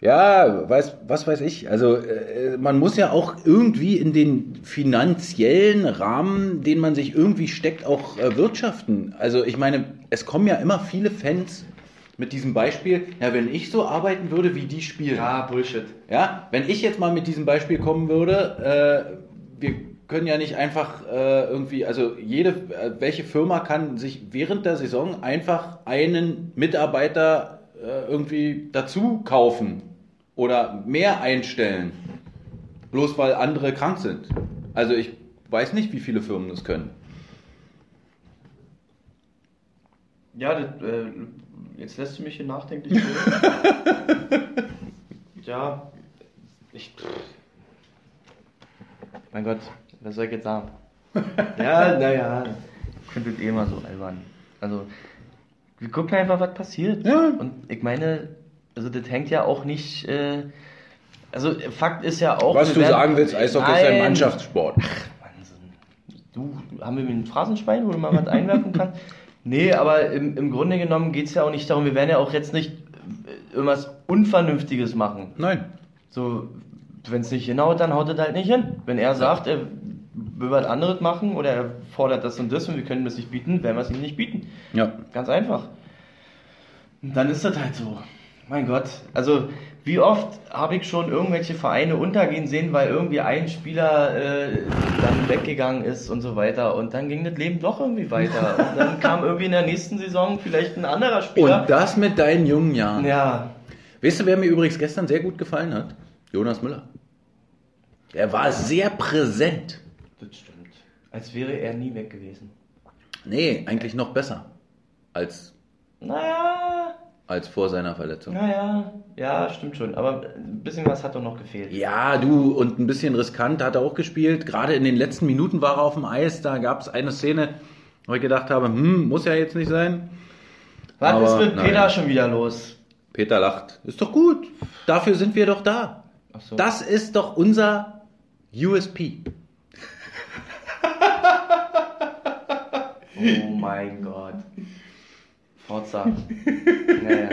Ja, weiß, was weiß ich. Also äh, man muss ja auch irgendwie in den finanziellen Rahmen, den man sich irgendwie steckt, auch äh, wirtschaften. Also ich meine, es kommen ja immer viele Fans mit diesem Beispiel, ja, wenn ich so arbeiten würde, wie die spielen.
Ja, Bullshit.
Ja, wenn ich jetzt mal mit diesem Beispiel kommen würde, äh, wir können ja nicht einfach äh, irgendwie, also jede, äh, welche Firma kann sich während der Saison einfach einen Mitarbeiter äh, irgendwie dazu kaufen oder mehr einstellen, bloß weil andere krank sind. Also ich weiß nicht, wie viele Firmen das können.
Ja, das, äh, jetzt lässt du mich hier nachdenklich. werden. ja, ich. Mein Gott, was soll ich jetzt sagen? ja, naja. Könntet eh mal so albern. Also, wir gucken einfach, was passiert.
Ja.
Und ich meine, also das hängt ja auch nicht. Äh, also, Fakt ist ja auch. wir werden- Nein.
Mannschaftssport.
Wahnsinn. Du, haben wir ein Phrasenschwein, wo du mal was einwerfen kannst? Nee, aber im, im Grunde genommen geht es ja auch nicht darum, wir werden ja auch jetzt nicht äh, irgendwas Unvernünftiges machen.
Nein.
So, wenn es nicht hinhaut, dann haut es halt nicht hin. Wenn er sagt, er will was anderes machen oder er fordert das und das und wir können das nicht bieten, werden wir es ihm nicht bieten.
Ja.
Ganz einfach. Und dann ist das halt so. Mein Gott. Also, wie oft habe ich schon irgendwelche Vereine untergehen sehen, weil irgendwie ein Spieler äh, dann weggegangen ist und so weiter. Und dann ging das Leben doch irgendwie weiter. Und dann kam irgendwie in der nächsten Saison vielleicht ein anderer Spieler.
Und das mit deinen jungen Jahren.
ja,
Weißt du, wer mir übrigens gestern sehr gut gefallen hat? Jonas Müller. Er war sehr präsent.
das stimmt. Als wäre er nie weg gewesen.
Nee, eigentlich noch besser als,
Naja,
als vor seiner Verletzung.
naja, ja, stimmt schon. Aber ein bisschen was hat doch noch gefehlt.
Ja, du, und ein bisschen riskant hat er auch gespielt. Gerade in den letzten Minuten war er auf dem Eis. Da gab es eine Szene, wo ich gedacht habe, hm, muss ja jetzt nicht sein.
Was ist
aber
mit
nein.
Peter schon wieder los?
Peter lacht. Ist doch gut. Dafür sind wir doch da.
Ach so.
Das ist doch unser USP.
Oh mein Gott. Forza. Naja.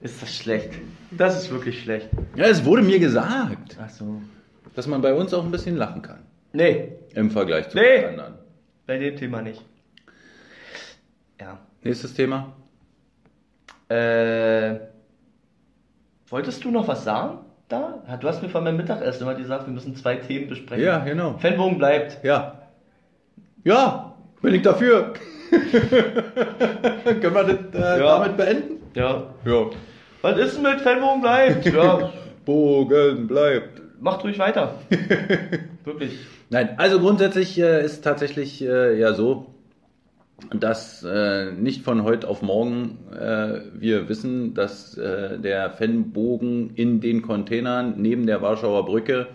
Ist das schlecht? Das ist wirklich schlecht.
Ja, es wurde mir gesagt,
Ach so.
dass man bei uns auch ein bisschen lachen kann.
Nee,
Im Vergleich zu
Nee.
den anderen.
bei dem Thema nicht. Ja.
Nächstes Thema.
Äh, wolltest du noch was sagen? Da? Du hast mir vor meinem Mittagessen immer gesagt, wir müssen zwei Themen besprechen.
Ja, genau.
Fanbogen bleibt.
Ja. Ja, bin ich dafür. Können wir das äh,
Ja.
damit beenden?
Ja.
Ja.
Was ist denn mit Fanbogen bleibt? Ja.
Bogen bleibt.
Macht ruhig weiter. Wirklich.
Nein, also grundsätzlich äh, ist tatsächlich äh, ja so, dass äh, nicht von heute auf morgen äh, wir wissen, dass äh, der Fanbogen in den Containern neben der Warschauer Brücke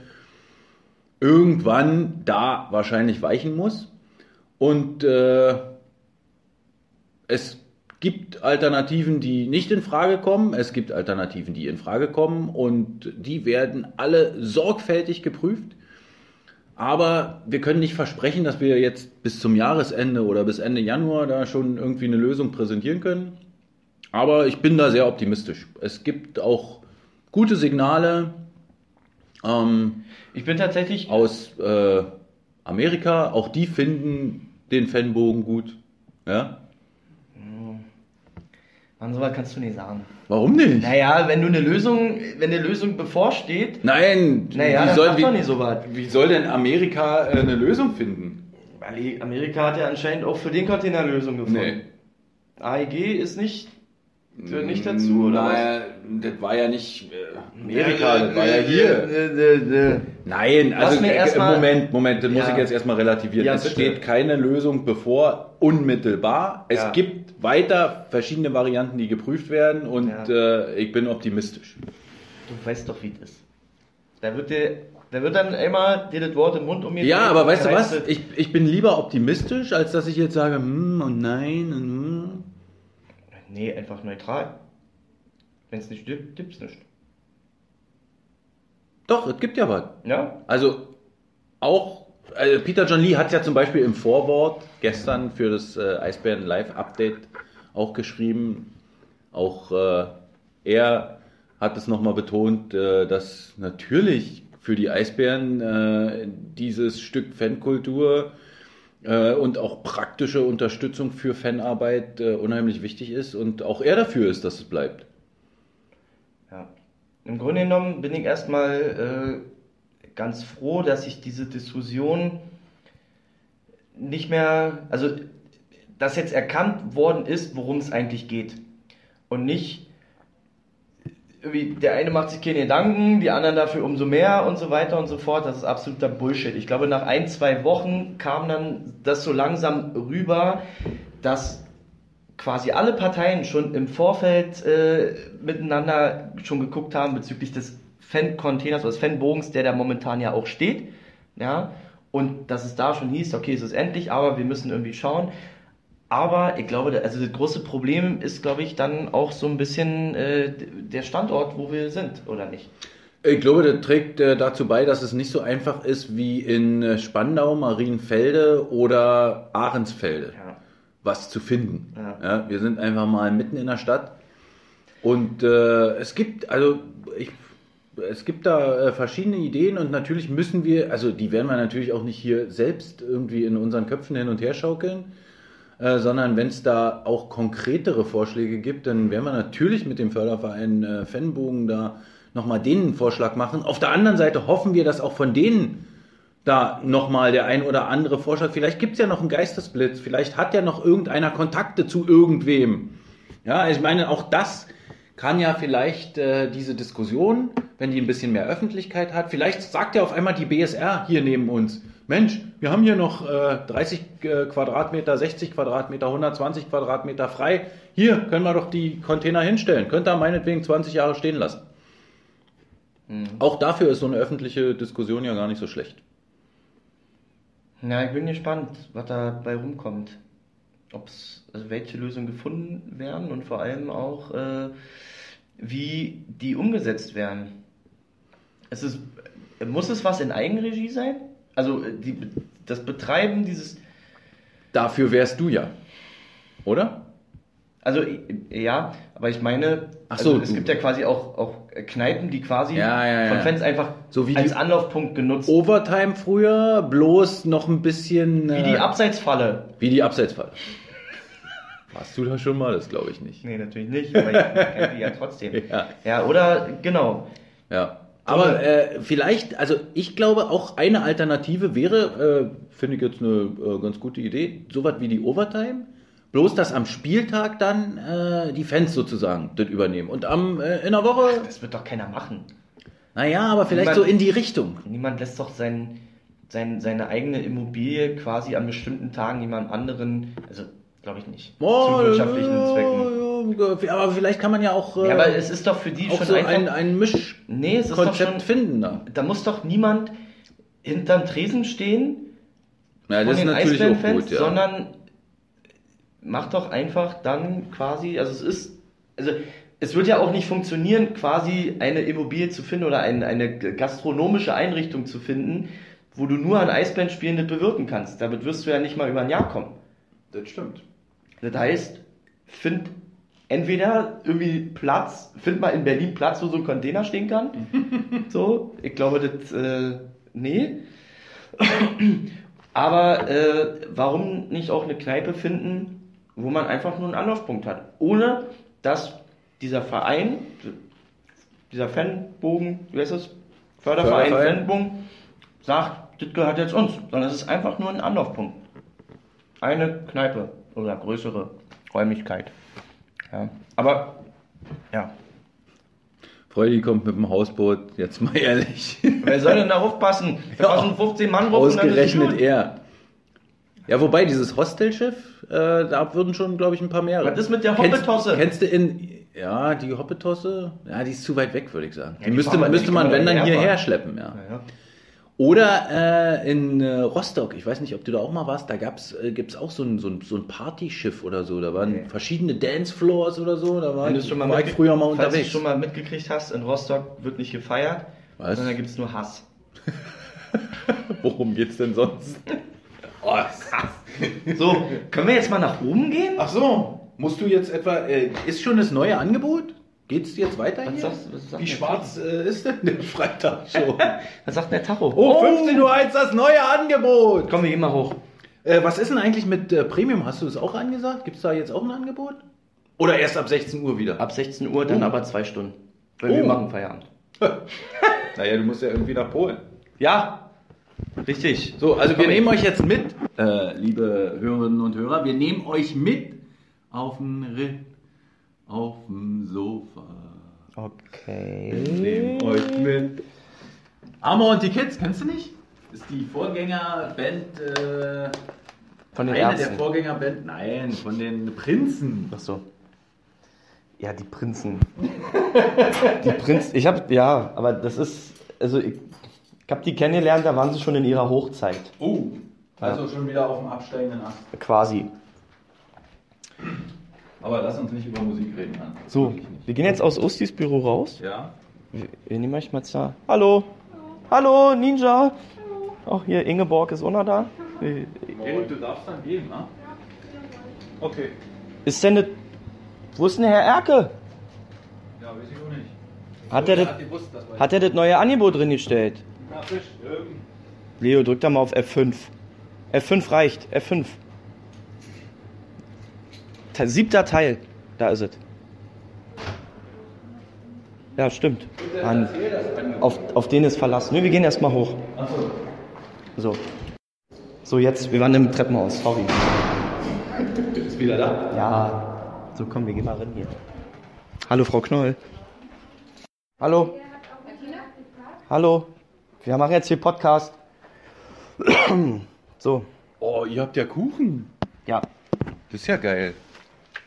irgendwann da wahrscheinlich weichen muss. Und äh, es gibt Alternativen, die nicht in Frage kommen. Es gibt Alternativen, die in Frage kommen. Und die werden alle sorgfältig geprüft. Aber wir können nicht versprechen, dass wir jetzt bis zum Jahresende oder bis Ende Januar da schon irgendwie eine Lösung präsentieren können. Aber ich bin da sehr optimistisch. Es gibt auch gute Signale ähm,
Ich bin tatsächlich
aus äh, Amerika. Auch die finden den Fanbogen gut. Ja?
Mann, sowas kannst du nicht sagen.
Warum nicht?
Naja, wenn du eine Lösung, wenn eine Lösung bevorsteht,
Nein,
naja,
wie,
dann
soll,
sag doch nicht
wie,
so was.
wie soll denn Amerika äh, eine Lösung finden?
Weil Amerika hat ja anscheinend auch für den Container eine Lösung gefunden. AEG ist nicht, gehört nicht dazu, oder
Mm, Naja, das war ja nicht äh,
was?
Amerika, das war ja
Äh,
hier.
äh, äh, äh.
Nein,
Lass
also
mir
äh,
erst mal-
Moment, Moment, das muss
Ja.
ich jetzt erstmal relativieren.
Ja,
es
bitte.
steht keine Lösung bevor, unmittelbar. Es
Ja.
gibt weiter verschiedene Varianten, die geprüft werden und
Ja.
äh, ich bin optimistisch.
Du weißt doch, wie das ist. Da wird dir, da wird dann immer dir das Wort im Mund um umgedreht.
Ja, aber weißt du was?
Ich,
Ich, ich bin lieber optimistisch, als dass ich jetzt sage, hm und nein und hm.
nee, einfach neutral. Wenn es nicht gibt, gibt's nicht.
Doch, es gibt ja was.
Ja?
Also auch äh, Peter John Lee hat ja zum Beispiel im Vorwort gestern für das äh, Eisbären Live Update auch geschrieben. Auch äh, er hat es nochmal betont, äh, dass natürlich für die Eisbären äh, dieses Stück Fankultur äh, und auch praktische Unterstützung für Fanarbeit äh, unheimlich wichtig ist und auch er dafür ist, dass es bleibt.
Ja. Im Grunde genommen bin ich erstmal äh, ganz froh, dass ich diese Diskussion nicht mehr, also dass jetzt erkannt worden ist, worum es eigentlich geht. Und nicht irgendwie, der eine macht sich keine Gedanken, die anderen dafür umso mehr und so weiter und so fort. Das ist absoluter Bullshit. Ich glaube, nach ein, zwei Wochen kam dann das so langsam rüber, dass quasi alle Parteien schon im Vorfeld äh, miteinander schon geguckt haben bezüglich des Fan-Containers oder des Fanbogens, der da momentan ja auch steht. Ja? Und dass es da schon hieß, okay, es ist endlich, aber wir müssen irgendwie schauen. Aber ich glaube, da- also das große Problem ist, glaube ich, dann auch so ein bisschen äh, d- der Standort, wo wir sind, oder nicht?
Ich glaube, das trägt äh, dazu bei, dass es nicht so einfach ist wie in äh, Spandau, Marienfelde oder Ahrensfelde,
Ja.
was zu finden.
Ja.
Ja, wir sind einfach mal mitten in der Stadt und äh, es gibt, also ich, es gibt da äh, verschiedene Ideen und natürlich müssen wir, also die werden wir natürlich auch nicht hier selbst irgendwie in unseren Köpfen hin und her schaukeln. Äh, sondern wenn es da auch konkretere Vorschläge gibt, dann werden wir natürlich mit dem Förderverein äh, Fanbogen da nochmal denen einen Vorschlag machen. Auf der anderen Seite hoffen wir, dass auch von denen da nochmal der ein oder andere Vorschlag, vielleicht gibt es ja noch einen Geistesblitz, vielleicht hat ja noch irgendeiner Kontakte zu irgendwem. Ja, ich meine, auch das kann ja vielleicht äh, diese Diskussion, wenn die ein bisschen mehr Öffentlichkeit hat, vielleicht sagt ja auf einmal die BSR hier neben uns, Mensch, wir haben hier noch äh, 30 äh, Quadratmeter, 60 Quadratmeter, 120 Quadratmeter frei. Hier können wir doch die Container hinstellen. Könnt ihr meinetwegen 20 Jahre stehen lassen.
Mhm.
Auch dafür ist so eine öffentliche Diskussion ja gar nicht so schlecht.
Na, ich bin gespannt, was dabei rumkommt. Ob's, also welche Lösungen gefunden werden und vor allem auch, äh, wie die umgesetzt werden. Es ist, muss es was in Eigenregie sein? Also äh, die, das Betreiben dieses,
Dafür wärst du ja. Oder?
also äh, ja, aber ich meine,
Ach so,
also, es
du-
gibt ja quasi auch, auch Kneipen, die quasi
Ja, ja,
von
ja.
Fans einfach
So wie
als
die- Oh,
Anlaufpunkt genutzt
Overtime früher, bloß noch ein bisschen. äh,
Wie die Abseitsfalle.
Wie die Abseitsfalle. Warst du da schon mal? Das glaube ich nicht.
Nee, natürlich nicht, aber ich kenne die ja trotzdem.
Ja.
Ja, oder genau.
Ja. Aber äh, vielleicht, also ich glaube, auch eine Alternative wäre, äh, finde ich jetzt eine äh, ganz gute Idee, sowas wie die Overtime. Bloß, dass am Spieltag dann äh, die Fans sozusagen das übernehmen. Und am, äh, in der Woche,
Das wird doch keiner machen.
naja, aber vielleicht so
Niemand-
in die Richtung.
Niemand lässt doch sein, sein, seine eigene Immobilie quasi an bestimmten Tagen jemand anderen, also Glaube ich nicht.
Oh,
Zu wirtschaftlichen
ja,
Zwecken.
Ja, aber vielleicht kann man ja auch, äh,
Ja, aber es ist doch für die
auch
schon
so
einfach.
ein, ein Mischkonzept
nee, es ist doch schon.
finden da.
Da muss doch niemand hinterm Tresen stehen
Ja,
von
das ist
den
natürlich auch
Eisbärenfans,
gut, ja.
sondern macht doch einfach dann quasi, also es ist, also es wird ja auch nicht funktionieren, quasi eine Immobilie zu finden oder ein, eine gastronomische Einrichtung zu finden, wo du nur an Eisbärenspielen das bewirken kannst. Damit wirst du ja nicht mal über ein Jahr kommen.
das stimmt.
Das heißt, find entweder irgendwie Platz, find mal in Berlin Platz, wo so ein Container stehen kann. so, ich glaube, das, äh, nee. Aber äh, warum nicht auch eine Kneipe finden, wo man einfach nur einen Anlaufpunkt hat, ohne dass dieser Verein, dieser Fanbogen, wie heißt das? Förderverein,
Förderverein.
Fanbogen, sagt, das gehört jetzt uns, sondern es ist einfach nur ein Anlaufpunkt. Eine Kneipe oder größere Räumlichkeit. Ja. Aber, ja.
Freudi kommt mit dem Hausboot, jetzt mal ehrlich.
Wer soll denn da aufpassen? Da
Ja.
passen 15 Mann rum und dann ist es
Ausgerechnet
gut.
er. Ja, wobei dieses Hostelschiff, äh, da würden schon, glaube ich, ein paar mehrere.
Was ist mit der
Kennst-
Hoppetosse?
Kennst du in. Ja, die Hoppetosse, ja, die ist zu weit weg, würde ich sagen. die,
die
müsste
fahren-
man,
die
müsste
kann
man,
man
wenn
ja
dann,
herfahren.
hierher schleppen, ja.
Ja, ja.
Oder äh, in äh, Rostock, ich weiß nicht, ob du da auch mal warst, da gab's, äh, gibt's auch so ein, so, ein, so ein Partyschiff oder so. Da waren
Nee.
verschiedene Dancefloors oder so. Da war,
Wenn du es schon mal
war ich
mitge-
früher mal
falls du es
unterwegs.
schon mal mitgekriegt hast, in Rostock wird nicht gefeiert,
Was?
sondern gibt es nur Hass.
Worum geht's denn sonst? oh,
So, können wir jetzt mal nach oben gehen?
Ach so, musst du jetzt etwa. Äh, ist schon das neue Angebot? Geht's jetzt weiter
Was
hier?
sagst du- was sagt
Wie
der
schwarz äh, ist denn der Freitag schon?
Was sagt der Tacho?
oh, 15.01 Uhr das neue Angebot!
Komm, wir gehen mal hoch.
Äh, was ist denn eigentlich mit äh, Premium? Hast du das auch angesagt? Gibt's da jetzt auch ein Angebot? Oder erst ab 16 Uhr wieder?
Ab 16 Uhr, dann
Oh.
aber zwei Stunden. Weil
Oh.
wir machen Feierabend.
Naja, du musst ja irgendwie nach Polen.
Ja, richtig.
So, also wir
Komm,
nehmen euch jetzt mit, äh, liebe Hörerinnen und Hörer, wir nehmen euch mit auf den Ritt, auf dem Sofa.
Okay.
Nehmen euch mit. Amor und die Kids, kennst du nicht? Ist die Vorgängerband, äh,
Von den
eine der
Ärzten.
Vorgängerband, nein, von den Prinzen.
Ach so. Ja, die Prinzen. die Prinzen. Ich hab, ja, aber das ist, also ich, ich hab die kennengelernt, da waren sie schon in ihrer Hochzeit.
Oh, also schon wieder auf dem absteigenden Ast.
Quasi.
Aber lass uns nicht über Musik reden. Hans. Das
So,
mag ich nicht.
wir gehen jetzt aus Ustis Büro raus.
Ja?
Wir, wir nehmen euch mal zur. Hallo. Hallo, Ninja. Auch hier, Ingeborg ist Unna da. Äh,
Erik, du darfst dann gehen, ne? Okay.
Ist denn das. Wo ist denn Herr Erke?
Ja, weiß ich auch nicht.
Hat er das,
gewusst, dass wir-
hat er das neue Angebot drin gestellt?
Na, Fisch, ähm,
Leo, drück da mal auf F5. F5 reicht. F5. Te- Siebter Teil. Da ist es. Ja, stimmt. Mann. Auf, auf den ist Verlass. Nö, wir gehen erstmal hoch. So. So, jetzt, wir waren im Treppenhaus. Sorry.
Ist wieder da.
Ja. So, komm, wir gehen mal rein hier. Hallo, Frau Knoll. Hallo. Hallo. Wir machen jetzt hier Podcast. So.
Oh, ihr habt ja Kuchen.
Ja.
Das ist ja geil.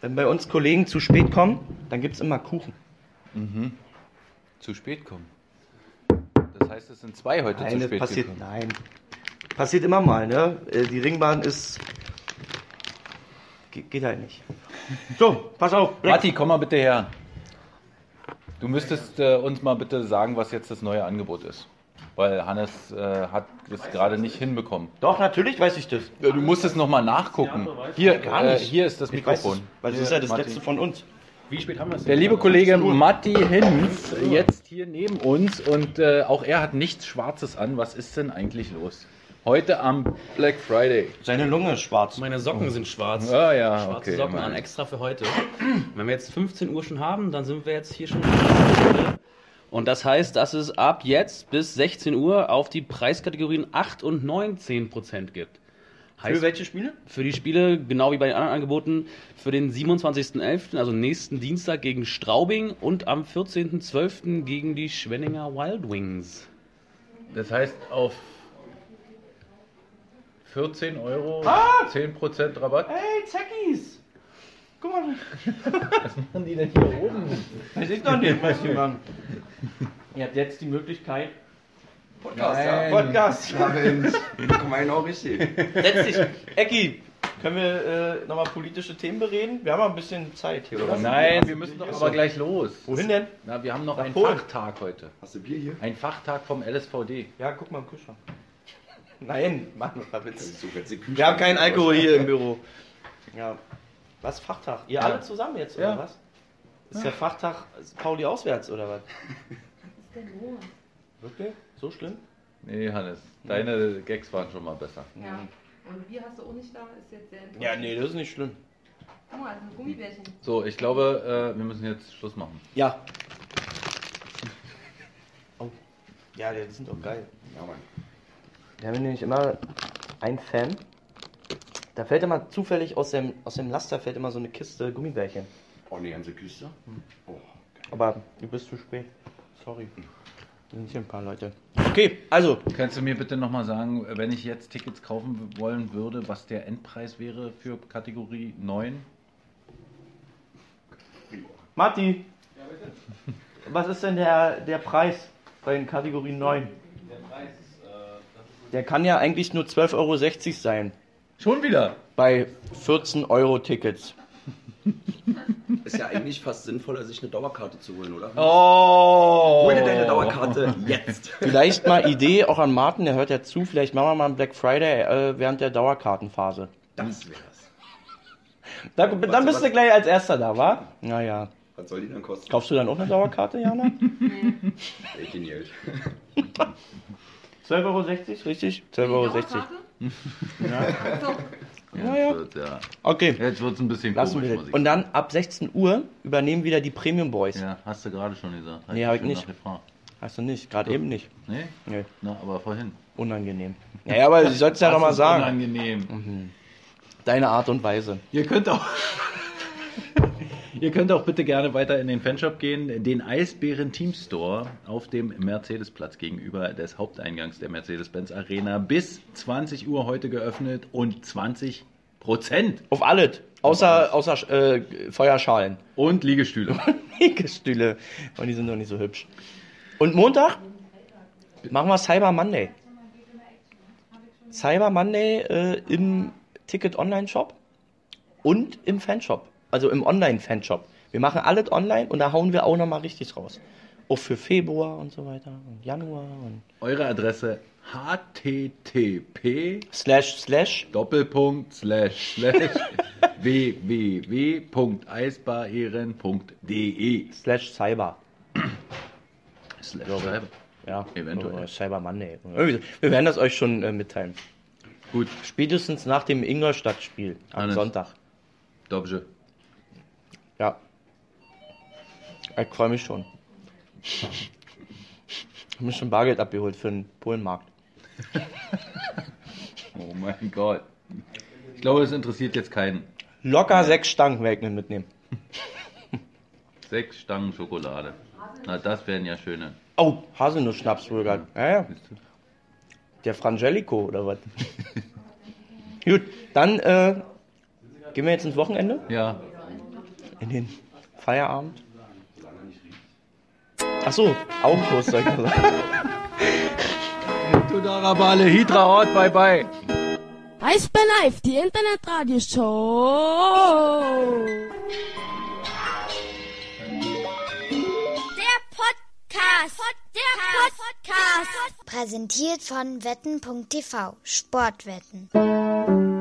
Wenn bei uns Kollegen zu spät kommen, dann gibt es immer Kuchen.
Zu spät kommen. Das heißt, es sind zwei heute zu
das
spät
passiert,
gekommen.
nein. Passiert immer mal, ne? Äh, Die Ringbahn ist. Ge geht halt nicht. So, pass auf. Rex.
Matti, komm mal bitte her. Du müsstest äh, uns mal bitte sagen, was jetzt das neue Angebot ist. Weil Hannes äh, hat es gerade nicht hinbekommen.
Doch, natürlich weiß ich das.
Ja, Du musst es nochmal nachgucken. Hier,
Gar
äh,
nicht.
hier ist das
Ich weiß es,
Mikrofon.
weil das
Hier,
ist ja das
Matti.
letzte von uns.
Der liebe Kollege Matti Hinz, jetzt hier neben uns und äh, auch er hat nichts Schwarzes an. Was ist denn eigentlich los? Heute am Black Friday.
Seine Lunge ist schwarz.
Meine Socken sind schwarz.
Ah ja,
Schwarze
okay,
Socken
immerhin.
an, extra für heute. Wenn wir jetzt 15 Uhr schon haben, dann sind wir jetzt hier schon. Und das heißt, dass es ab jetzt bis 16 Uhr auf die Preiskategorien 8 und 19 Prozent gibt.
Für
Heißt, für,
welche Spiele?
die Spiele, genau wie bei den anderen Angeboten, für den 27.11., also nächsten Dienstag gegen Straubing und am 14.12. gegen die Schwenninger Wild Wings.
Das heißt, auf 14 Euro,
Ah!
10% Rabatt.
Hey, Zeckis! Guck mal,
Machen die denn hier oben?
weiß ich doch nicht, was die machen. Ihr habt jetzt die Möglichkeit.
Podcast,
Nein.
Podcast!
ja. Mensch, komm ein eh. auch richtig.
Setz dich! Ecki! Können wir äh, nochmal politische Themen bereden? Wir haben mal ein bisschen Zeit hier, oder?
Nein, wir müssen doch aber gleich los.
Wohin denn?
Na, wir haben noch einen
Polen.
Fachtag heute.
Hast du Bier hier?
Ein Fachtag vom LSVD.
Ja, guck mal im Kühlschrank. Nein, Mann, das war
Das
Witz.
ist so ganz die
Wir haben keinen Alkohol hier im Büro. Ja. Was, Fachtag? Ihr
Ja.
alle zusammen jetzt, oder
Ja.
was? Ist der Fachtag ist Pauli auswärts, oder was?
ist denn los?
Wirklich? So schlimm?
Nee, Hannes, deine Gags waren schon mal besser.
Ja. Und Bier hast du auch nicht da, ist jetzt sehr enttäuschend.
Ja, nee, das ist nicht schlimm.
Guck mal, das sind Gummibärchen.
So, ich glaube, äh, wir müssen jetzt Schluss machen.
Ja. Oh. Ja, die sind doch geil.
Ja, Mann.
Wir haben nämlich immer einen Fan. Da fällt immer zufällig aus dem, aus dem Laster fällt immer so eine Kiste Gummibärchen.
Oh, eine ganze Küste. Oh,
Aber du bist zu spät. Sorry. Da sind hier ein paar Leute. Okay, also.
Kannst du mir bitte nochmal sagen, wenn ich jetzt Tickets kaufen wollen würde, was der Endpreis wäre für Kategorie 9?
Matti. Was ist denn der, der Preis bei den Kategorien 9? Der kann ja eigentlich nur 12,60 Euro sein.
Schon wieder!
Bei 14 Euro Tickets.
Ist ja eigentlich fast sinnvoller, sich eine Dauerkarte zu holen, oder?
Oh!
Hol dir deine Dauerkarte jetzt.
Vielleicht mal Idee, auch an Martin, der hört ja zu, vielleicht machen wir mal einen Black Friday äh, während der Dauerkartenphase.
Das wär's.
Da, dann bist du gleich als erster da, wa? Naja.
Was soll die denn kosten?
Kaufst du dann auch eine Dauerkarte, Jana?
Ey, genial.
12,60 Euro, richtig? 12,60 Euro.
Jetzt wird's, ja.
Okay,
Jetzt wird's ein bisschen
lassen
komisch,
wir
muss
das.
ich
Und dann ab 16 Uhr übernehmen wieder die Premium Boys.
Ja, hast du gerade schon gesagt.
Nee, hab ich
schon
nicht.
nachgefragt.
Hast du nicht, gerade eben nicht.
Nee?
Nee.
Na, aber vorhin.
Unangenehm. Naja, aber ich soll's ja
Das
doch mal
ist
sagen.
Unangenehm.
Deine Art und Weise.
Ihr könnt auch. Ihr könnt auch bitte gerne weiter in den Fanshop gehen, den Eisbären Team Store auf dem Mercedesplatz gegenüber des Haupteingangs der Mercedes-Benz Arena bis 20 Uhr heute geöffnet und 20 Prozent
Auf alles. Außer, außer äh, Feuerschalen.
und Liegestühle.
Liegestühle. Und die sind doch nicht so hübsch. Und Montag machen wir Cyber Monday. Cyber Monday äh, im Ticket Online Shop und im Fanshop. Also im Online Fanshop. Wir machen alles online und da hauen wir auch nochmal richtig raus. Auch für Februar und so weiter und Januar und
Eure Adresse http
slash slash
Doppelpunkt slash slash www.eisbären.de
slash Cyber.
E. slash
Glaube.
Schreiber.
Ja,
Eventuell.
oder Cyber Monday. Irgendwie so. Wir werden das euch schon äh, mitteilen.
Gut,
Spätestens nach dem Ingolstadt-Spiel am
Hannes.
Sonntag.
Dobsche.
Ja. Ich freue mich schon. Ich habe mir schon Bargeld abgeholt für den Polenmarkt.
Oh mein Gott. Ich glaube, das interessiert jetzt keinen.
Locker sechs Stangen werde ich mir mitnehmen.
Sechs Stangen Schokolade. Na, das wären ja schöne.
Oh, Haselnuss-Schnaps wohl grad. Ja, ja. Der Frangelico oder was? Gut, dann äh, gehen wir jetzt ins Wochenende.
Ja,
In den Feierabend. Ach so, Augenkurs, sag ich mal.
Tudarabale, Hydra Ort, bye bye.
Eisbär Live, die Internetradioshow. Der Podcast. Der Podcast.
Präsentiert von wetten.tv Sportwetten.